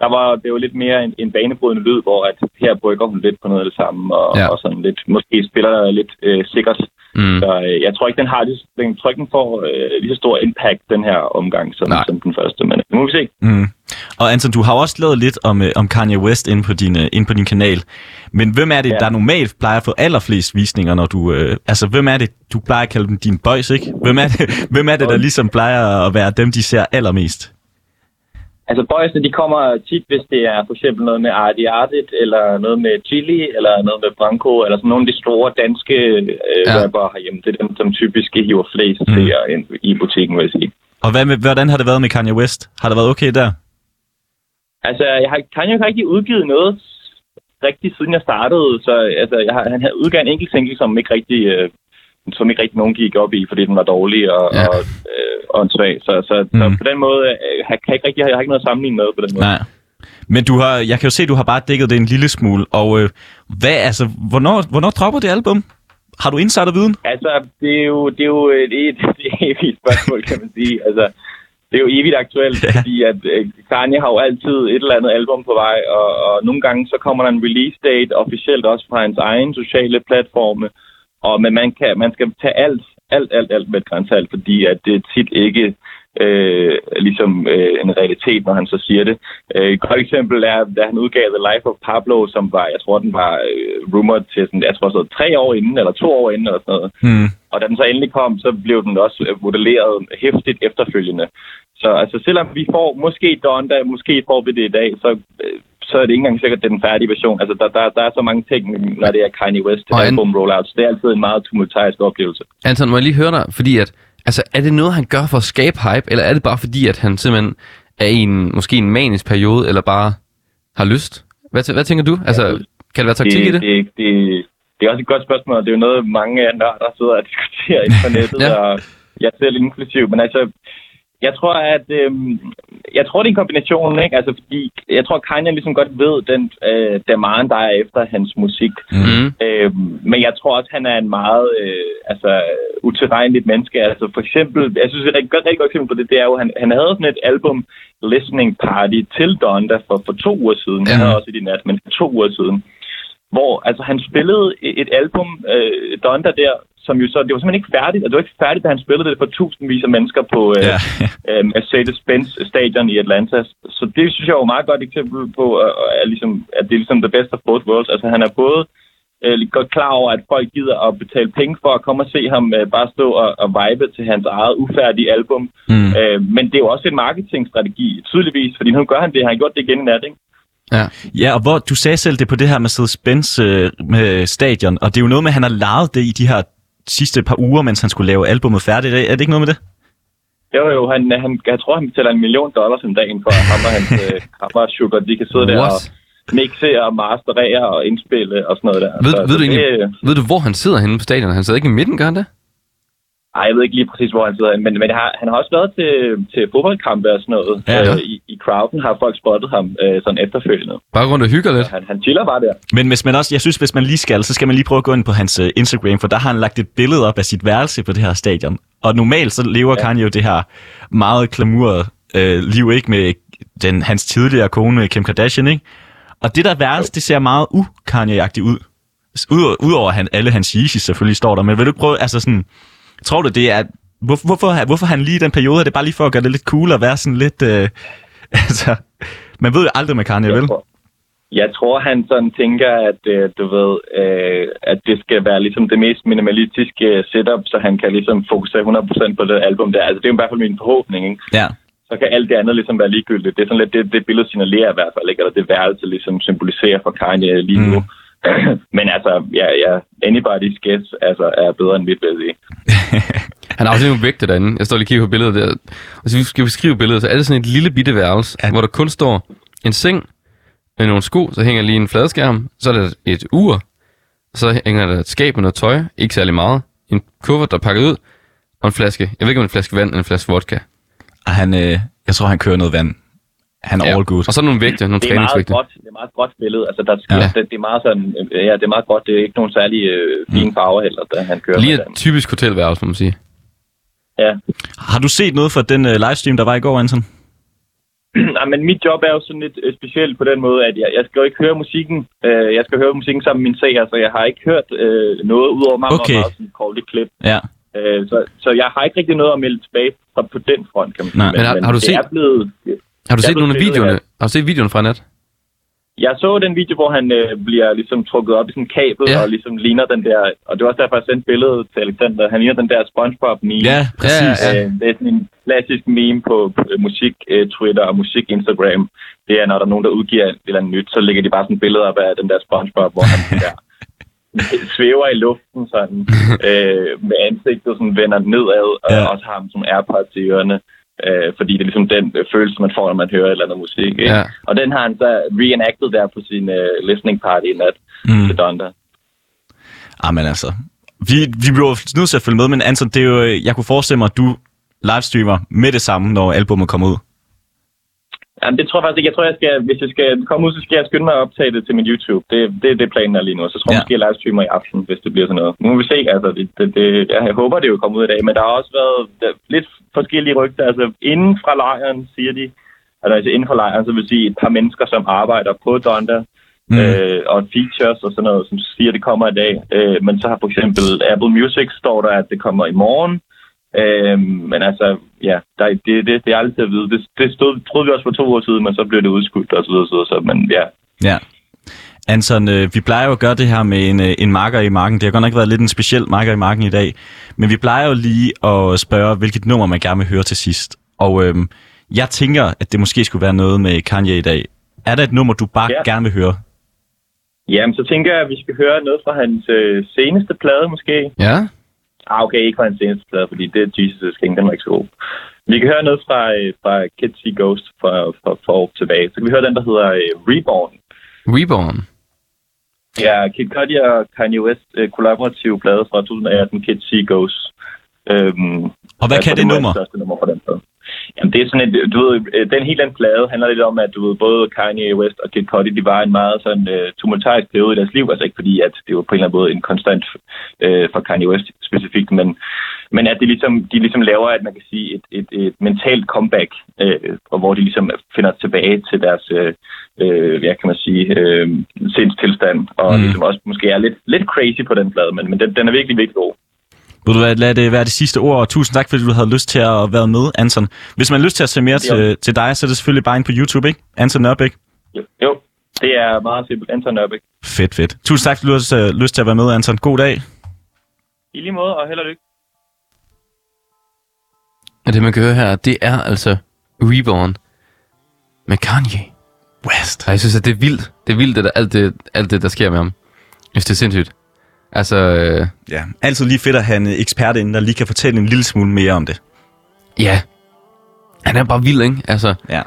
Speaker 5: der var det jo lidt mere en, en banebrydende lyd, hvor at her brygger hun lidt på noget af det samme, og,
Speaker 2: Ja.
Speaker 5: ja. og sådan lidt, måske spiller der lidt øh, sikkert.
Speaker 2: Mm.
Speaker 5: Så øh, jeg tror ikke, den har lige, den, tror ikke, den får øh, lige så stor impact den her omgang, som,
Speaker 2: Nej.
Speaker 5: som den første. Men nu må vi se.
Speaker 1: mm. Og Anton, du har jo også lavet lidt om, øh, om Kanye West inde på din, øh, inde på din kanal. Men hvem er det, ja.
Speaker 5: Ja.
Speaker 1: der normalt plejer at få allerflest visninger, når du... Øh, altså, hvem er det, du plejer at kalde dem dine boys, ikke? Hvem er det, hvem er det der ligesom plejer at være dem, de ser allermest?
Speaker 5: Altså, boysene, de kommer tit, hvis det er for eksempel noget med Artie Artit, eller noget med Chili, eller noget med Branko, eller sådan nogle af de store danske øh,
Speaker 2: Ja.
Speaker 5: ja. rapper herhjemme. Det er dem, som typisk hiver flest mm. til ind i butikken, vil jeg sige.
Speaker 1: Og hvad med, hvordan har det været med Kanye West? Har det været okay der?
Speaker 5: Altså, jeg har, Kanye har ikke udgivet noget rigtigt, siden jeg startede. Så altså, jeg har, han havde udgav en enkelt single, som ikke rigtig... Øh, som ikke rigtig nogen gik op i, fordi den var dårlig og,
Speaker 2: Ja.
Speaker 5: ja. og, øh, og svag. Så, så, mm. så
Speaker 1: Mm.
Speaker 5: på den måde, øh, jeg, kan ikke rigtig, jeg har ikke noget at sammenligne med på den måde.
Speaker 1: Nej. Men du har, jeg kan jo se, at du har bare dækket det en lille smule. Og øh, hvad, altså, hvornår, hvornår dropper det album? Har du insiderviden?
Speaker 5: Altså, det er jo, det er jo et, et, et evigt spørgsmål, kan man sige. Altså, det er jo evigt aktuelt,
Speaker 1: Ja.
Speaker 5: ja. fordi at øh, Kanye har jo altid et eller andet album på vej, og, og nogle gange så kommer der en release date officielt også fra hans egen sociale platforme, og men man, kan, man skal tage alt, alt, alt, alt med et grænsalt, fordi at det tit ikke øh, ligesom øh, en realitet, når han så siger det. Øh, et godt eksempel er, da han udgav The Life of Pablo, som var, jeg tror, den var øh, rumored til sådan, jeg tror, så tre år inden, eller to år inden, eller sådan noget.
Speaker 1: Mm.
Speaker 5: Og da den så endelig kom, så blev den også øh, modelleret hæftigt efterfølgende. Så altså, selvom vi får måske Donda, måske får vi det i dag, så, øh, så er det ikke engang sikkert, at det er den færdige version. Altså, der, der, der er så mange ting, når det er Kanye West
Speaker 2: Og en-
Speaker 5: album rollout. Så det er altid en meget tumultarisk oplevelse.
Speaker 2: Anton, må jeg lige høre dig, fordi at, altså, er det noget, han gør for at skabe hype, eller er det bare fordi, at han simpelthen er i en, måske en manisk periode, eller bare har lyst? Hvad, tæ- hvad tænker du? Altså, kan det være taktik i det?
Speaker 5: Det, det, det er også et godt spørgsmål, og det er jo noget, mange af nørder sidder og diskuterer inden for nettet,
Speaker 2: Ja.
Speaker 5: ja. og jeg selv inklusiv. Men altså, jeg tror, at øhm, jeg tror, det er en kombination, ikke? Altså, fordi jeg tror, Kanye ligesom godt ved den øh, demand, der er efter hans musik.
Speaker 2: Mm.
Speaker 5: Øhm, men jeg tror også, han er en meget øh, altså, utilregneligt menneske. Altså for eksempel, jeg synes, et rigtig godt, rigtig godt eksempel på det, det er jo, han, han havde sådan et album, Listening Party, til Donda for, for to uger siden.
Speaker 2: Ja.
Speaker 5: Han havde også et i nat, men for to uger siden. Hvor altså, han spillede et et album, øh, Donda der, som jo så, det var simpelthen ikke færdigt, og det var ikke færdigt, da han spillede det for tusindvis af mennesker på øh,
Speaker 1: Ja.
Speaker 5: øh, Mercedes-Benz stadion i Atlanta. Så det synes jeg er jo et meget godt eksempel på, at, at, ligesom, at det er ligesom the best of both worlds. Altså han er både øh, godt klar over, at folk gider at betale penge for at komme og se ham øh, bare stå og, og vibe til hans eget ufærdige album.
Speaker 1: Mm.
Speaker 5: Øh, men det er jo også en marketingstrategi, tydeligvis, fordi nu gør han det. Han har gjort det igen i nat, ikke?
Speaker 2: Ja.
Speaker 1: Ja, og hvor, du sagde selv det på det her Mercedes-Benz øh, med stadion, og det er jo noget med, at han har lavet det i de her sidste par uger, mens han skulle lave albumet færdigt. Er er det ikke noget med det?
Speaker 5: Jo, jo, han, han, jeg tror, han betaler en million dollars om dagen for at ham og hans øh, hammer og sugar, de kan sidde der og
Speaker 2: What?
Speaker 5: mixe og masterere og indspille og sådan noget der.
Speaker 2: Ved,
Speaker 5: Så-
Speaker 2: ved,
Speaker 5: så
Speaker 2: du
Speaker 5: det, øh,
Speaker 2: egentlig, ved du, hvor han sidder henne på stadion? Han sidder ikke i midten, gør han det?
Speaker 5: Ej, jeg ved ikke lige præcis, hvor han sidder, men, men har, han har også været til, til fodboldkampe og sådan noget.
Speaker 1: Ja, ja.
Speaker 5: Øh, i, I crowden har folk spottet ham øh, sådan efterfølgende.
Speaker 2: Bare rundt og hygger lidt?
Speaker 5: Han, han chiller bare der.
Speaker 1: Men hvis man også, jeg synes, hvis man lige skal, så skal man lige prøve at gå ind på hans øh, Instagram, for der har han lagt et billede op af sit værelse på det her stadion. Og normalt så lever ja. Kanye jo det her meget glamour øh, liv, ikke med den, hans tidligere kone Kim Kardashian, ikke? Og det der værelse, det ser meget u agtigt ud. S- Ud- Udover han, alle hans Yeezys selvfølgelig står der, men vil du ikke prøve, altså sådan, tror du det er, hvor, hvorfor, hvorfor han lige i den periode, er det bare lige for at gøre det lidt cool og være sådan lidt, øh, altså, man ved jo aldrig med Kanye, vel?
Speaker 5: Jeg tror, jeg tror, han sådan tænker, at øh, du ved, øh, at det skal være ligesom det mest minimalistiske setup, så han kan ligesom fokusere 100% på det album der. Altså, det er jo i hvert fald min forhåbning, ikke?
Speaker 1: Ja.
Speaker 5: Så kan alt det andet ligesom være ligegyldigt. Det er sådan lidt det, det billede signalerer i hvert fald, ikke? Eller det værelse ligesom symboliserer for Kanye lige nu. Mm. Men altså, ja, ja, anybody's guess altså, er bedre end mit, vil jeg sige.
Speaker 2: Han har også nogle vægte derinde. Jeg står lige og kigger på billedet der. Og så vi skal beskrive billedet, så er det sådan et lille bitte værelse, ja. hvor der kun står en seng med nogle sko, så hænger lige en fladskærm, så er der et ur, så hænger der et skab med noget tøj, ikke særlig meget, en kuffert, der er pakket ud, og en flaske. Jeg ved ikke, om det er en flaske vand eller en flaske vodka.
Speaker 1: Og han, øh, jeg tror, han kører noget vand. Han er ja. all good.
Speaker 2: Og så er der nogle vægte, nogle
Speaker 5: Det er meget
Speaker 2: træningsvægte.
Speaker 5: godt, det er meget godt billede. Altså, der skal,
Speaker 2: Ja.
Speaker 5: ja. det, det, er meget sådan, øh, ja, det er meget godt. Det er ikke nogen særlig øh, fine farver heller, da han kører.
Speaker 2: Lige
Speaker 5: med
Speaker 2: et
Speaker 5: den.
Speaker 2: typisk hotelværelse, må man sige.
Speaker 5: Ja.
Speaker 1: Har du set noget fra den øh, livestream, der var i går, Anton?
Speaker 5: Nej, men mit job er jo sådan lidt øh, specielt på den måde, at jeg, jeg skal jo ikke høre musikken. Øh, jeg skal høre musikken sammen med min seer, så jeg har ikke hørt øh, noget udover mig
Speaker 1: Okay.
Speaker 5: okay. meget sådan korte klip.
Speaker 1: Ja.
Speaker 5: Øh, så, så jeg har ikke rigtig noget at melde tilbage fra på den front, kan man sige.
Speaker 1: Nej.
Speaker 2: Men har- har du
Speaker 5: det
Speaker 2: set-
Speaker 5: Er blevet,
Speaker 2: Har du
Speaker 5: Jeg
Speaker 2: set
Speaker 5: blev
Speaker 2: nogle af
Speaker 5: filmet,
Speaker 2: videoerne?
Speaker 5: ja.
Speaker 2: Har du set videoen fra nat?
Speaker 5: jeg så den video, hvor han øh, bliver ligesom trukket op i sådan en kabel,
Speaker 2: Ja.
Speaker 5: ja. og ligesom ligner den der... Og det var også derfor, jeg sendte billedet til Alexander. Han ligner den der SpongeBob-meme.
Speaker 1: Ja, præcis.
Speaker 2: Ja,
Speaker 1: Ja,
Speaker 2: ja,
Speaker 1: ja.
Speaker 5: Øh, det er sådan en klassisk meme på, på øh, musik, øh, Twitter og musik Instagram. Det er, når der er nogen, der udgiver et eller andet nyt, så lægger de bare sådan billeder op af den der SpongeBob, hvor han der svæver i luften sådan, øh, med ansigtet sådan vender nedad, og
Speaker 1: Ja.
Speaker 5: ja. også har ham som AirPods i ørerne. Øh, fordi det er ligesom den øh, følelse, man får, når man hører et eller andet musik. Ikke?
Speaker 2: Ja.
Speaker 5: Ja. Og den har han så reenacted der på sin øh, listening party i nat
Speaker 1: Mm.
Speaker 5: mm. til Donda.
Speaker 1: Ah, men altså. Vi, vi bliver jo nødt til at følge med, men Anton, det er jo, øh, jeg kunne forestille mig, at du livestreamer med det samme, når albumet kommer ud.
Speaker 5: Jamen, det tror jeg faktisk ikke. Jeg tror, jeg skal, hvis jeg skal komme ud, så skal jeg skynde mig at optage det til min YouTube. Det, det, det er planen er lige nu. Så tror jeg
Speaker 1: Ja.
Speaker 5: ja. måske, jeg livestreamer i aften, hvis det bliver sådan noget. Nu må vi se. Altså, det, det, det, jeg håber, det er jo kommet ud i dag. Men der har også været der, lidt forskellige rygter. Altså, inden fra lejren, siger de. Altså, altså inden for lejren, så vil sige et par mennesker, som arbejder på Donda.
Speaker 1: Mm.
Speaker 5: Mm. Øh, og features og sådan noget, som siger, det kommer i dag. Øh, men så har for eksempel Apple Music, står der, at det kommer i morgen. Øhm, men altså, ja, der, det, det, det er aldrig til at vide. Det, det stod, troede vi også for to år siden, men så blev det udskudt og så videre, så, videre, så men ja.
Speaker 1: Ja. Anton, øh, vi plejer jo at gøre det her med en, øh, en marker i marken. Det har godt nok været lidt en speciel marker i marken i dag. Men vi plejer jo lige at spørge, hvilket nummer man gerne vil høre til sidst. Og øh, jeg tænker, at det måske skulle være noget med Kanye i dag. Er der et nummer, du bare ja.
Speaker 5: Ja.
Speaker 1: gerne vil høre?
Speaker 5: Jamen, så tænker jeg, at vi skal høre noget fra hans øh, seneste plade, måske.
Speaker 2: Ja?
Speaker 5: Ah, okay, ikke fra hans seneste plade, fordi det er Jesus' King, den var ikke så god. Vi kan høre noget fra, øh, fra Kids See Ghost fra, fra, fra år tilbage. Så kan vi høre den, der hedder øh, Reborn.
Speaker 2: Reborn.
Speaker 5: Ja, Kid Cudi og Kanye West øh, kollaborative plade fra 2018, Kids See Ghost. Øhm,
Speaker 1: Og hvad
Speaker 5: jeg
Speaker 1: kan
Speaker 5: tror,
Speaker 1: det
Speaker 5: var
Speaker 1: nummer?
Speaker 5: Det største nummer på den plade. Jamen, det er sådan et, du ved, øh, den helt anden plade handler lidt om, at du ved, både Kanye West og Kid Cudi, de var en meget sådan uh, tumultarisk periode i deres liv, altså ikke fordi, at det var på en eller anden måde en konstant øh, for Kanye West specifikt, men, men at det ligesom, de ligesom laver, at man kan sige, et, et, et mentalt comeback, øh, og hvor de ligesom finder tilbage til deres, øh, øh, hvad kan man sige, øh, sindstilstand, og
Speaker 1: Mm.
Speaker 5: mm. ligesom også måske er lidt, lidt crazy på den plade, men, men den, den er virkelig, virkelig god.
Speaker 1: Vil du hvad, lad det være de sidste ord, og tusind tak, fordi du havde lyst til at være med, Anton. Hvis man har lyst til at se mere til, til dig, så er det selvfølgelig bare ind på YouTube, ikke? Anton Nørbæk.
Speaker 5: Jo, jo. det er meget simpelt. Anton Nørbæk.
Speaker 1: Fedt, fedt. Tusind tak, fordi du har øh, lyst til at være med, Anton. God dag.
Speaker 5: I lige måde, og held og lykke.
Speaker 2: Og det, man kan høre her, det er altså Reborn med Kanye.
Speaker 1: West.
Speaker 2: Og jeg synes, at det er vildt. Det er vildt, det der, alt, det, alt det, der sker med ham. Jeg synes, det er sindssygt. Altså, øh,
Speaker 1: Ja, altid lige fedt at have en øh, ekspert inden, der lige kan fortælle en lille smule mere om det.
Speaker 2: ja. Han er bare vild, ikke? Altså,
Speaker 1: Ja.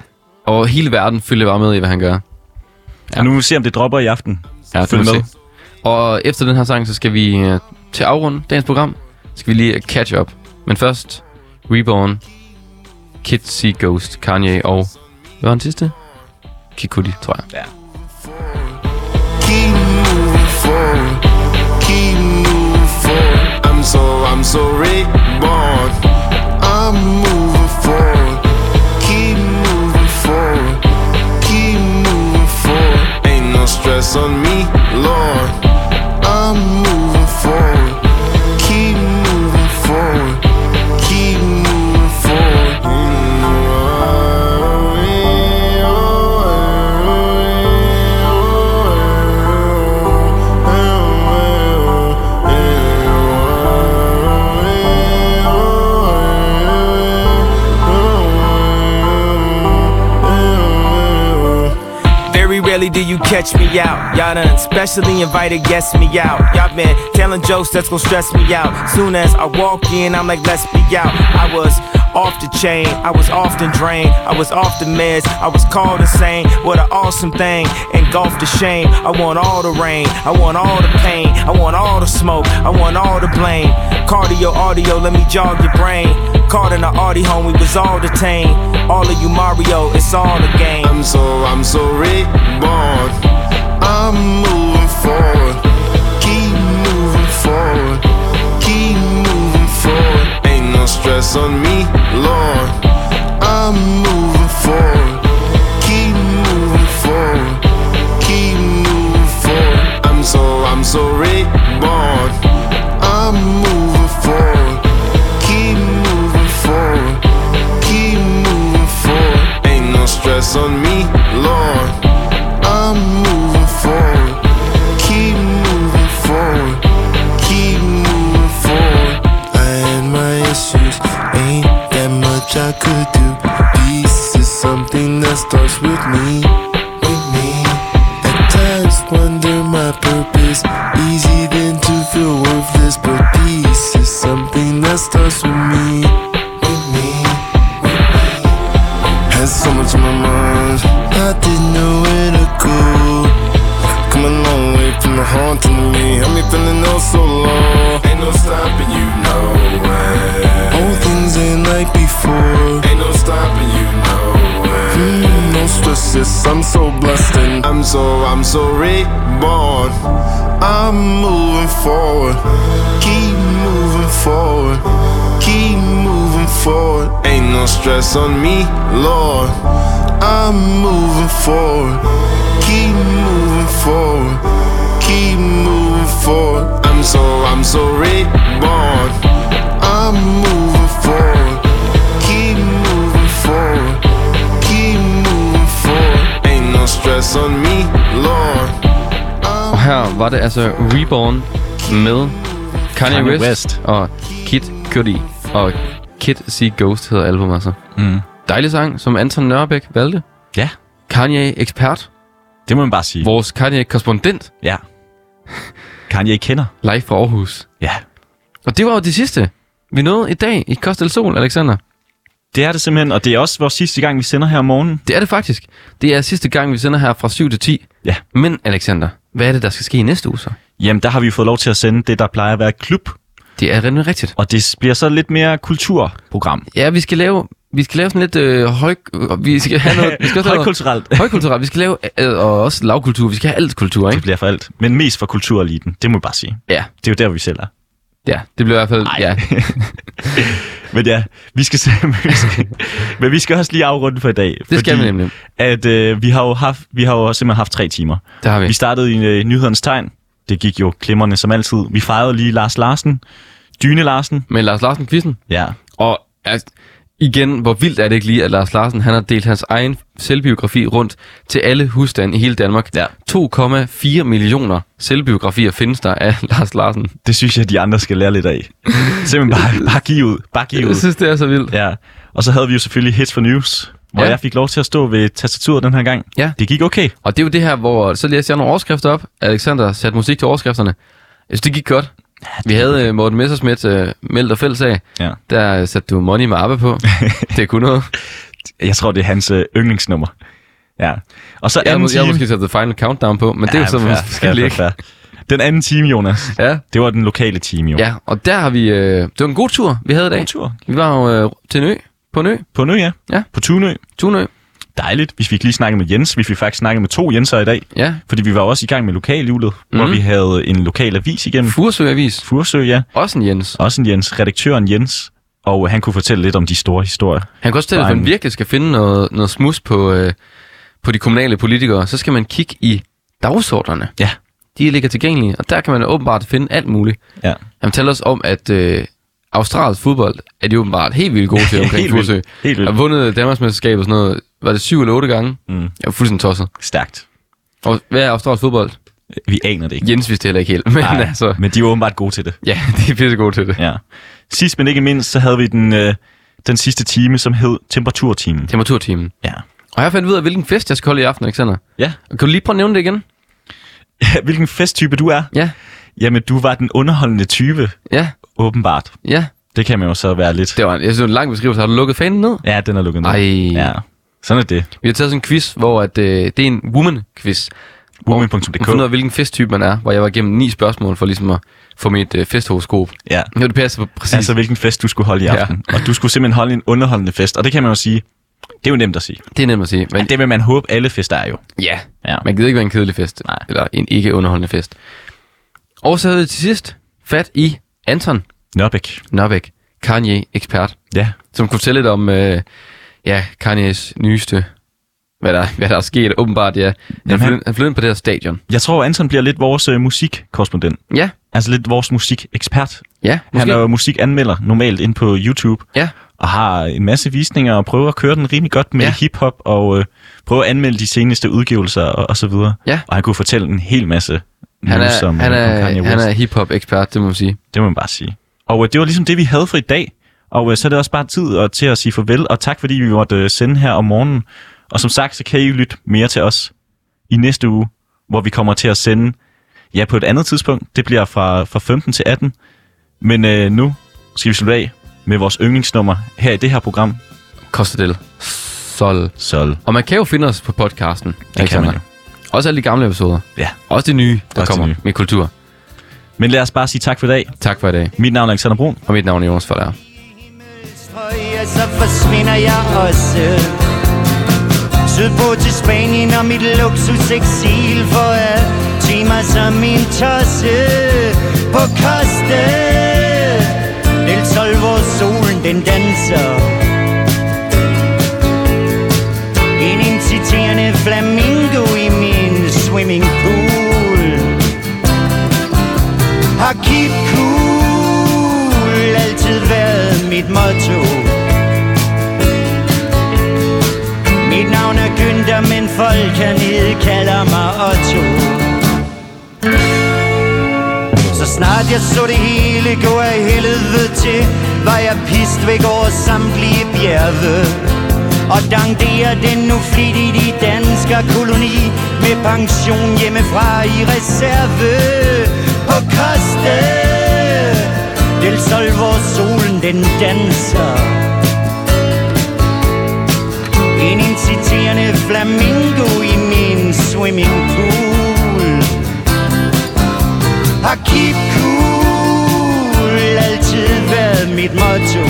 Speaker 2: og hele verden følger bare med i, hvad han gør.
Speaker 1: ja. Og nu må vi se, om det dropper i aften.
Speaker 2: Ja,
Speaker 1: Følg
Speaker 2: det må vi
Speaker 1: med.
Speaker 2: se. Og efter den her sang, så skal vi øh, til afrunde dagens program. Så skal vi lige catch up. Men først, Reborn, Kids See Ghost, Kanye og... Hvad var den sidste? Kid Cudi, tror jeg.
Speaker 6: keep moving forward, keep moving forward. I'm so, I'm so reborn. I'm moving forward, keep moving forward, keep moving forward. Ain't no stress on me, Lord. I'm moving forward, keep moving forward, keep moving forward.
Speaker 7: Very rarely do you catch me out. Y'all done specially invited guests me out. Y'all been telling jokes that's gonna stress me out. Soon as I walk in, I'm like, let's be out. I was off the chain, I was often drained, I was off the meds, I was called insane. What an awesome thing, engulfed the shame. I want all the rain, I want all the pain, I want all the smoke, I want all the blame. Cardio, audio, let me jog your brain. Caught in a Audi home, we was all detained. All of you Mario, it's all a game.
Speaker 6: I'm so, I'm so reborn. I'm moving forward. Keep moving forward. Keep moving forward. Ain't no stress on me, Lord. I'm moving forward. Keep moving forward. Keep moving forward. I'm so, I'm so reborn. I'm moving forward. Keep moving forward. Keep moving forward. Ain't no stress on me, Lord. I'm moving forward. Keep moving forward. Keep moving forward. I had my issues. Ain't that much I could do. Peace is something that starts with me. With me. At times wonder my purpose. Easy then to feel worthless. But peace is something that starts with me. With me. Had so much on my mind, I didn't know where to go. Come a long way from the haunting me, had me feeling all so low. Ain't no stopping you, no way. All things ain't like before. Ain't no stopping you, no way. Mm, no stresses, I'm so blessed and I'm so, I'm so reborn. I'm moving forward, keep moving forward, keep moving forward. Ain't no stress on me, Lord. I'm moving forward, keep moving forward, keep moving forward. I'm so, I'm so reborn. I'm moving stress on me, Lord.
Speaker 2: Og her var det altså Reborn med Kanye,
Speaker 1: Kanye
Speaker 2: West,
Speaker 1: West.
Speaker 2: og Kid Cudi. Og Kid See Ghost hedder albumet altså.
Speaker 1: Mm.
Speaker 2: Dejlig sang, som Anton Nørbæk valgte.
Speaker 1: Ja,
Speaker 2: Kanye ekspert,
Speaker 1: det må man bare sige. Hvor?
Speaker 2: vores Kanye korrespondent,
Speaker 1: Ja. Kanye kender.
Speaker 2: live fra Aarhus.
Speaker 1: Ja.
Speaker 2: Og det var jo det sidste, vi nåede i dag i Kost del Sol, Alexander.
Speaker 1: Det er det simpelthen, og det er også vores sidste gang, vi sender her om morgenen.
Speaker 2: Det er det faktisk. Det er sidste gang, vi sender her fra 7 til 10.
Speaker 1: Ja.
Speaker 2: Men Alexander, hvad er det, der skal ske i næste uge så?
Speaker 1: Jamen, der har vi fået lov til at sende det, der plejer at være klub.
Speaker 2: Det er rimelig rigtigt.
Speaker 1: Og det bliver så lidt mere kulturprogram.
Speaker 2: Ja, vi skal lave, vi skal lave sådan lidt øh, høj... øh, Vi skal have noget... Vi skal også lave noget-
Speaker 1: Højkulturelt.
Speaker 2: højkulturelt. Vi skal lave... Øh, og også lavkultur. Vi skal have alt kultur,
Speaker 1: Det
Speaker 2: ikke?
Speaker 1: bliver for alt. Men mest for kultureliten, det må vi bare sige.
Speaker 2: Ja.
Speaker 1: Det er jo der, vi selv er.
Speaker 2: Ja, det bliver i hvert fald... Ej. Ja.
Speaker 1: Men ja, vi skal, se, vi skal, men vi skal også lige afrunde for i dag.
Speaker 2: Det skal vi nemlig.
Speaker 1: At, øh, vi, har jo haft, vi har jo simpelthen haft tre timer.
Speaker 2: Det har vi.
Speaker 1: Vi startede i øh, nyhedernes tegn. Det gik jo klimmerne som altid. Vi fejrede lige Lars Larsen. Dyne Larsen.
Speaker 2: Med Lars Larsen quizzen.
Speaker 1: Ja.
Speaker 2: Og altså, igen, hvor vildt er det ikke lige, at Lars Larsen han har delt hans egen selvbiografi rundt til alle husstande i hele Danmark.
Speaker 1: Ja.
Speaker 2: 2,4 millioner selvbiografier findes der af Lars Larsen.
Speaker 1: Det synes jeg, de andre skal lære lidt af. Simpelthen bare, bare give ud. Bare give
Speaker 2: Jeg
Speaker 1: ud.
Speaker 2: synes, det er så vildt.
Speaker 1: Ja. Og så havde vi jo selvfølgelig Hits for News, hvor
Speaker 2: Ja.
Speaker 1: ja. jeg fik lov til at stå ved tastaturet den her gang.
Speaker 2: Ja.
Speaker 1: Det gik okay.
Speaker 2: Og det er jo det her, hvor så læste jeg nogle overskrifter op. Alexander satte musik til overskrifterne. Jeg synes, det gik godt. Vi havde uh, Morten Messersmith, uh, Meld og Fællesag.
Speaker 1: Ja.
Speaker 2: Der øh, satte du Money med Abba på. det kunne noget.
Speaker 1: Jeg tror, det er hans øh, yndlingsnummer. Ja. Og så
Speaker 2: Jeg,
Speaker 1: anden
Speaker 2: må, jeg
Speaker 1: time.
Speaker 2: har måske sat The Final Countdown på, men det er jo så
Speaker 1: fair,
Speaker 2: forskelligt.
Speaker 1: fair, fair. Den anden time, Jonas.
Speaker 2: Ja,
Speaker 1: Det var den lokale time, jo.
Speaker 2: ja, og der har vi... Øh, det var en god tur, vi havde i dag.
Speaker 1: God tur.
Speaker 2: Vi var jo øh, til en ø, på en ø,
Speaker 1: På en ø, ja.
Speaker 2: Ja.
Speaker 1: På Tunø.
Speaker 2: Tunø.
Speaker 1: Dejligt. Vi fik lige snakket med Jens. Vi fik faktisk snakket med to Jenser i dag.
Speaker 2: Ja,
Speaker 1: Fordi vi var også i gang med lokalhjulet, mm.
Speaker 2: Mhm.
Speaker 1: hvor vi havde en lokal avis igennem.
Speaker 2: Furesø Avis.
Speaker 1: Fursø, ja.
Speaker 2: Også en Jens.
Speaker 1: Også en Jens. Redaktøren Jens. Og øh, han kunne fortælle lidt om de store historier.
Speaker 2: Han kan også fortælle, at hvis man
Speaker 1: Fine.
Speaker 2: virkelig skal finde noget, noget smus på, øh, på de kommunale politikere, så skal man kigge i dagsordnerne.
Speaker 1: Ja.
Speaker 2: De ligger tilgængelige, og der kan man åbenbart finde alt muligt.
Speaker 1: Ja.
Speaker 2: Han fortalte os om, at øh, australsk fodbold er de åbenbart helt vildt gode til omkring
Speaker 1: Helt vildt.
Speaker 2: Furesø.
Speaker 1: Helt vildt.
Speaker 2: Har vundet Danmarksmesterskabet og sådan noget, var det syv eller otte gange? Mm. Jeg var fuldstændig tosset.
Speaker 1: Stærkt.
Speaker 2: Og hvad er australsk fodbold?
Speaker 1: Vi aner det ikke.
Speaker 2: Jens vidste heller ikke helt, men
Speaker 1: Nej,
Speaker 2: altså,
Speaker 1: Men de var åbenbart gode til det.
Speaker 2: ja, de er pisse gode til det.
Speaker 1: Ja. Sidst men ikke mindst, så havde vi den, øh, den sidste time, som hed temperaturtimen.
Speaker 2: Temperaturtimen.
Speaker 1: Ja.
Speaker 2: Og jeg fandt ud af, hvilken fest jeg skal holde i aften, Alexander.
Speaker 1: Ja.
Speaker 2: Og Kan du lige prøve at nævne det igen?
Speaker 1: Hvilken festtype du er?
Speaker 2: Ja,
Speaker 1: Jamen, du var den underholdende type,
Speaker 2: ja,
Speaker 1: åbenbart.
Speaker 2: ja.
Speaker 1: Det kan man jo så være lidt.
Speaker 2: Det var en, jeg synes, det var en lang beskrivelse. Har du lukket fanen ned?
Speaker 1: Ja, den er lukket ned.
Speaker 2: Ej.
Speaker 1: Ja. Sådan er det.
Speaker 2: Vi har taget sådan en quiz, hvor at, øh, det er en woman-quiz. hvor man
Speaker 1: Woman.dk.
Speaker 2: finder ud af, hvilken festtype man er, hvor jeg var igennem ni spørgsmål for ligesom at få mit øh, festhoroskop.
Speaker 1: Ja.
Speaker 2: Jo, det passer på præcis.
Speaker 1: Altså, hvilken fest du skulle holde i aften. Ja. Og du skulle simpelthen holde en underholdende fest. Og det kan man jo sige, det er jo nemt at sige.
Speaker 2: det er nemt at sige. Men
Speaker 1: Men det vil man håbe, alle fester er jo.
Speaker 2: ja,
Speaker 1: Ja.
Speaker 2: man gider ikke være en kedelig fest.
Speaker 1: Nej.
Speaker 2: Eller en ikke underholdende fest. Og så havde vi til sidst fat i Anton
Speaker 1: Nørbæk.
Speaker 2: Nørbæk, Kanye-ekspert,
Speaker 1: Ja.
Speaker 2: som kunne fortælle lidt om øh, ja, Kanye's nyeste, hvad der, hvad der er sket. Åbenbart, ja. Han,
Speaker 1: Jamen,
Speaker 2: flyttede,
Speaker 1: han-
Speaker 2: han flyttede ind på det her stadion.
Speaker 1: Jeg tror, Anton bliver lidt vores øh, musikkorrespondent.
Speaker 2: Ja,
Speaker 1: Altså lidt vores musikekspert.
Speaker 2: ja.
Speaker 1: Han er jo musikanmelder normalt ind på YouTube.
Speaker 2: Ja,
Speaker 1: og har en masse visninger og prøver at køre den rimelig godt med
Speaker 2: Ja.
Speaker 1: ja. hiphop og øh, prøver at anmelde de seneste udgivelser og, og så videre.
Speaker 2: Ja.
Speaker 1: Og han kunne fortælle en hel masse
Speaker 2: han
Speaker 1: news
Speaker 2: er,
Speaker 1: om,
Speaker 2: han
Speaker 1: om øh, Kanye
Speaker 2: er,
Speaker 1: West.
Speaker 2: han er hip-hop-ekspert, det må man sige.
Speaker 1: Det må man bare sige. Og øh, det var ligesom det, vi havde for i dag. Og øh, så er det også bare tid og, til at sige farvel, og tak fordi vi måtte øh, sende her om morgenen. Og som sagt, så kan I lytte mere til os i næste uge, hvor vi kommer til at sende, ja, på et andet tidspunkt. Det bliver fra, fra 15 til 18. Men øh, nu skal vi slutte af med vores yndlingsnummer her i det her program,
Speaker 2: Costa del Sol.
Speaker 1: Sol.
Speaker 2: Og man kan jo finde os på podcasten.
Speaker 1: Det kan man jo.
Speaker 2: Også alle de gamle episoder.
Speaker 1: Ja.
Speaker 2: Også de nye, der
Speaker 1: Også de
Speaker 2: kommer
Speaker 1: nye.
Speaker 2: med kultur.
Speaker 1: Men lad os bare sige tak for i dag.
Speaker 2: Tak for i dag.
Speaker 1: Mit navn er Alexander Brun.
Speaker 2: Og mit navn er Jonas Forlærer.
Speaker 8: høje, så forsvinder jeg også Sydpå til Spanien og mit luksuseksil For at tage mig som min tosse På koste Del Sol, hvor solen den danser En inciterende flamingo i min swimming pool har keep cool altid været mit motto. Mit navn er Günther, men folk hernede
Speaker 4: altid kalder mig Otto Så snart jeg så det hele gå af helvede til Var jeg pist væk over samtlige bjerge Og dangderer den nu flittigt i dansker koloni Med pension hjemmefra i reserve På Koste Del Sol, hvor solen den danser en inciterende flamingo i min swimmingpool Har keep cool altid været mit motto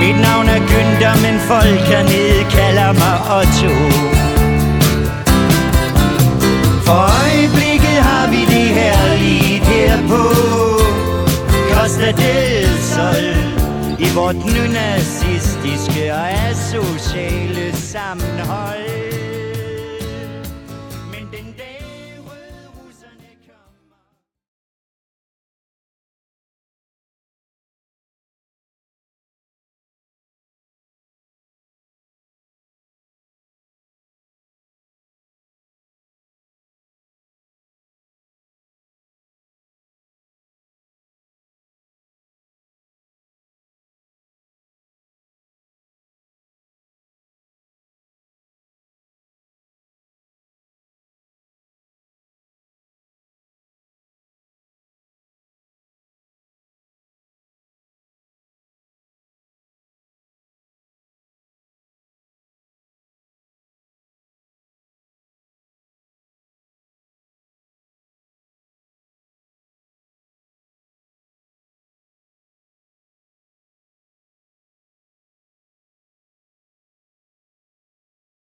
Speaker 4: Mit navn er Günther, men folk hernede kalder mig Otto For øjeblikket har vi det her lige her på Costa del Sol i vort nynazistiske og asociale sammenhold.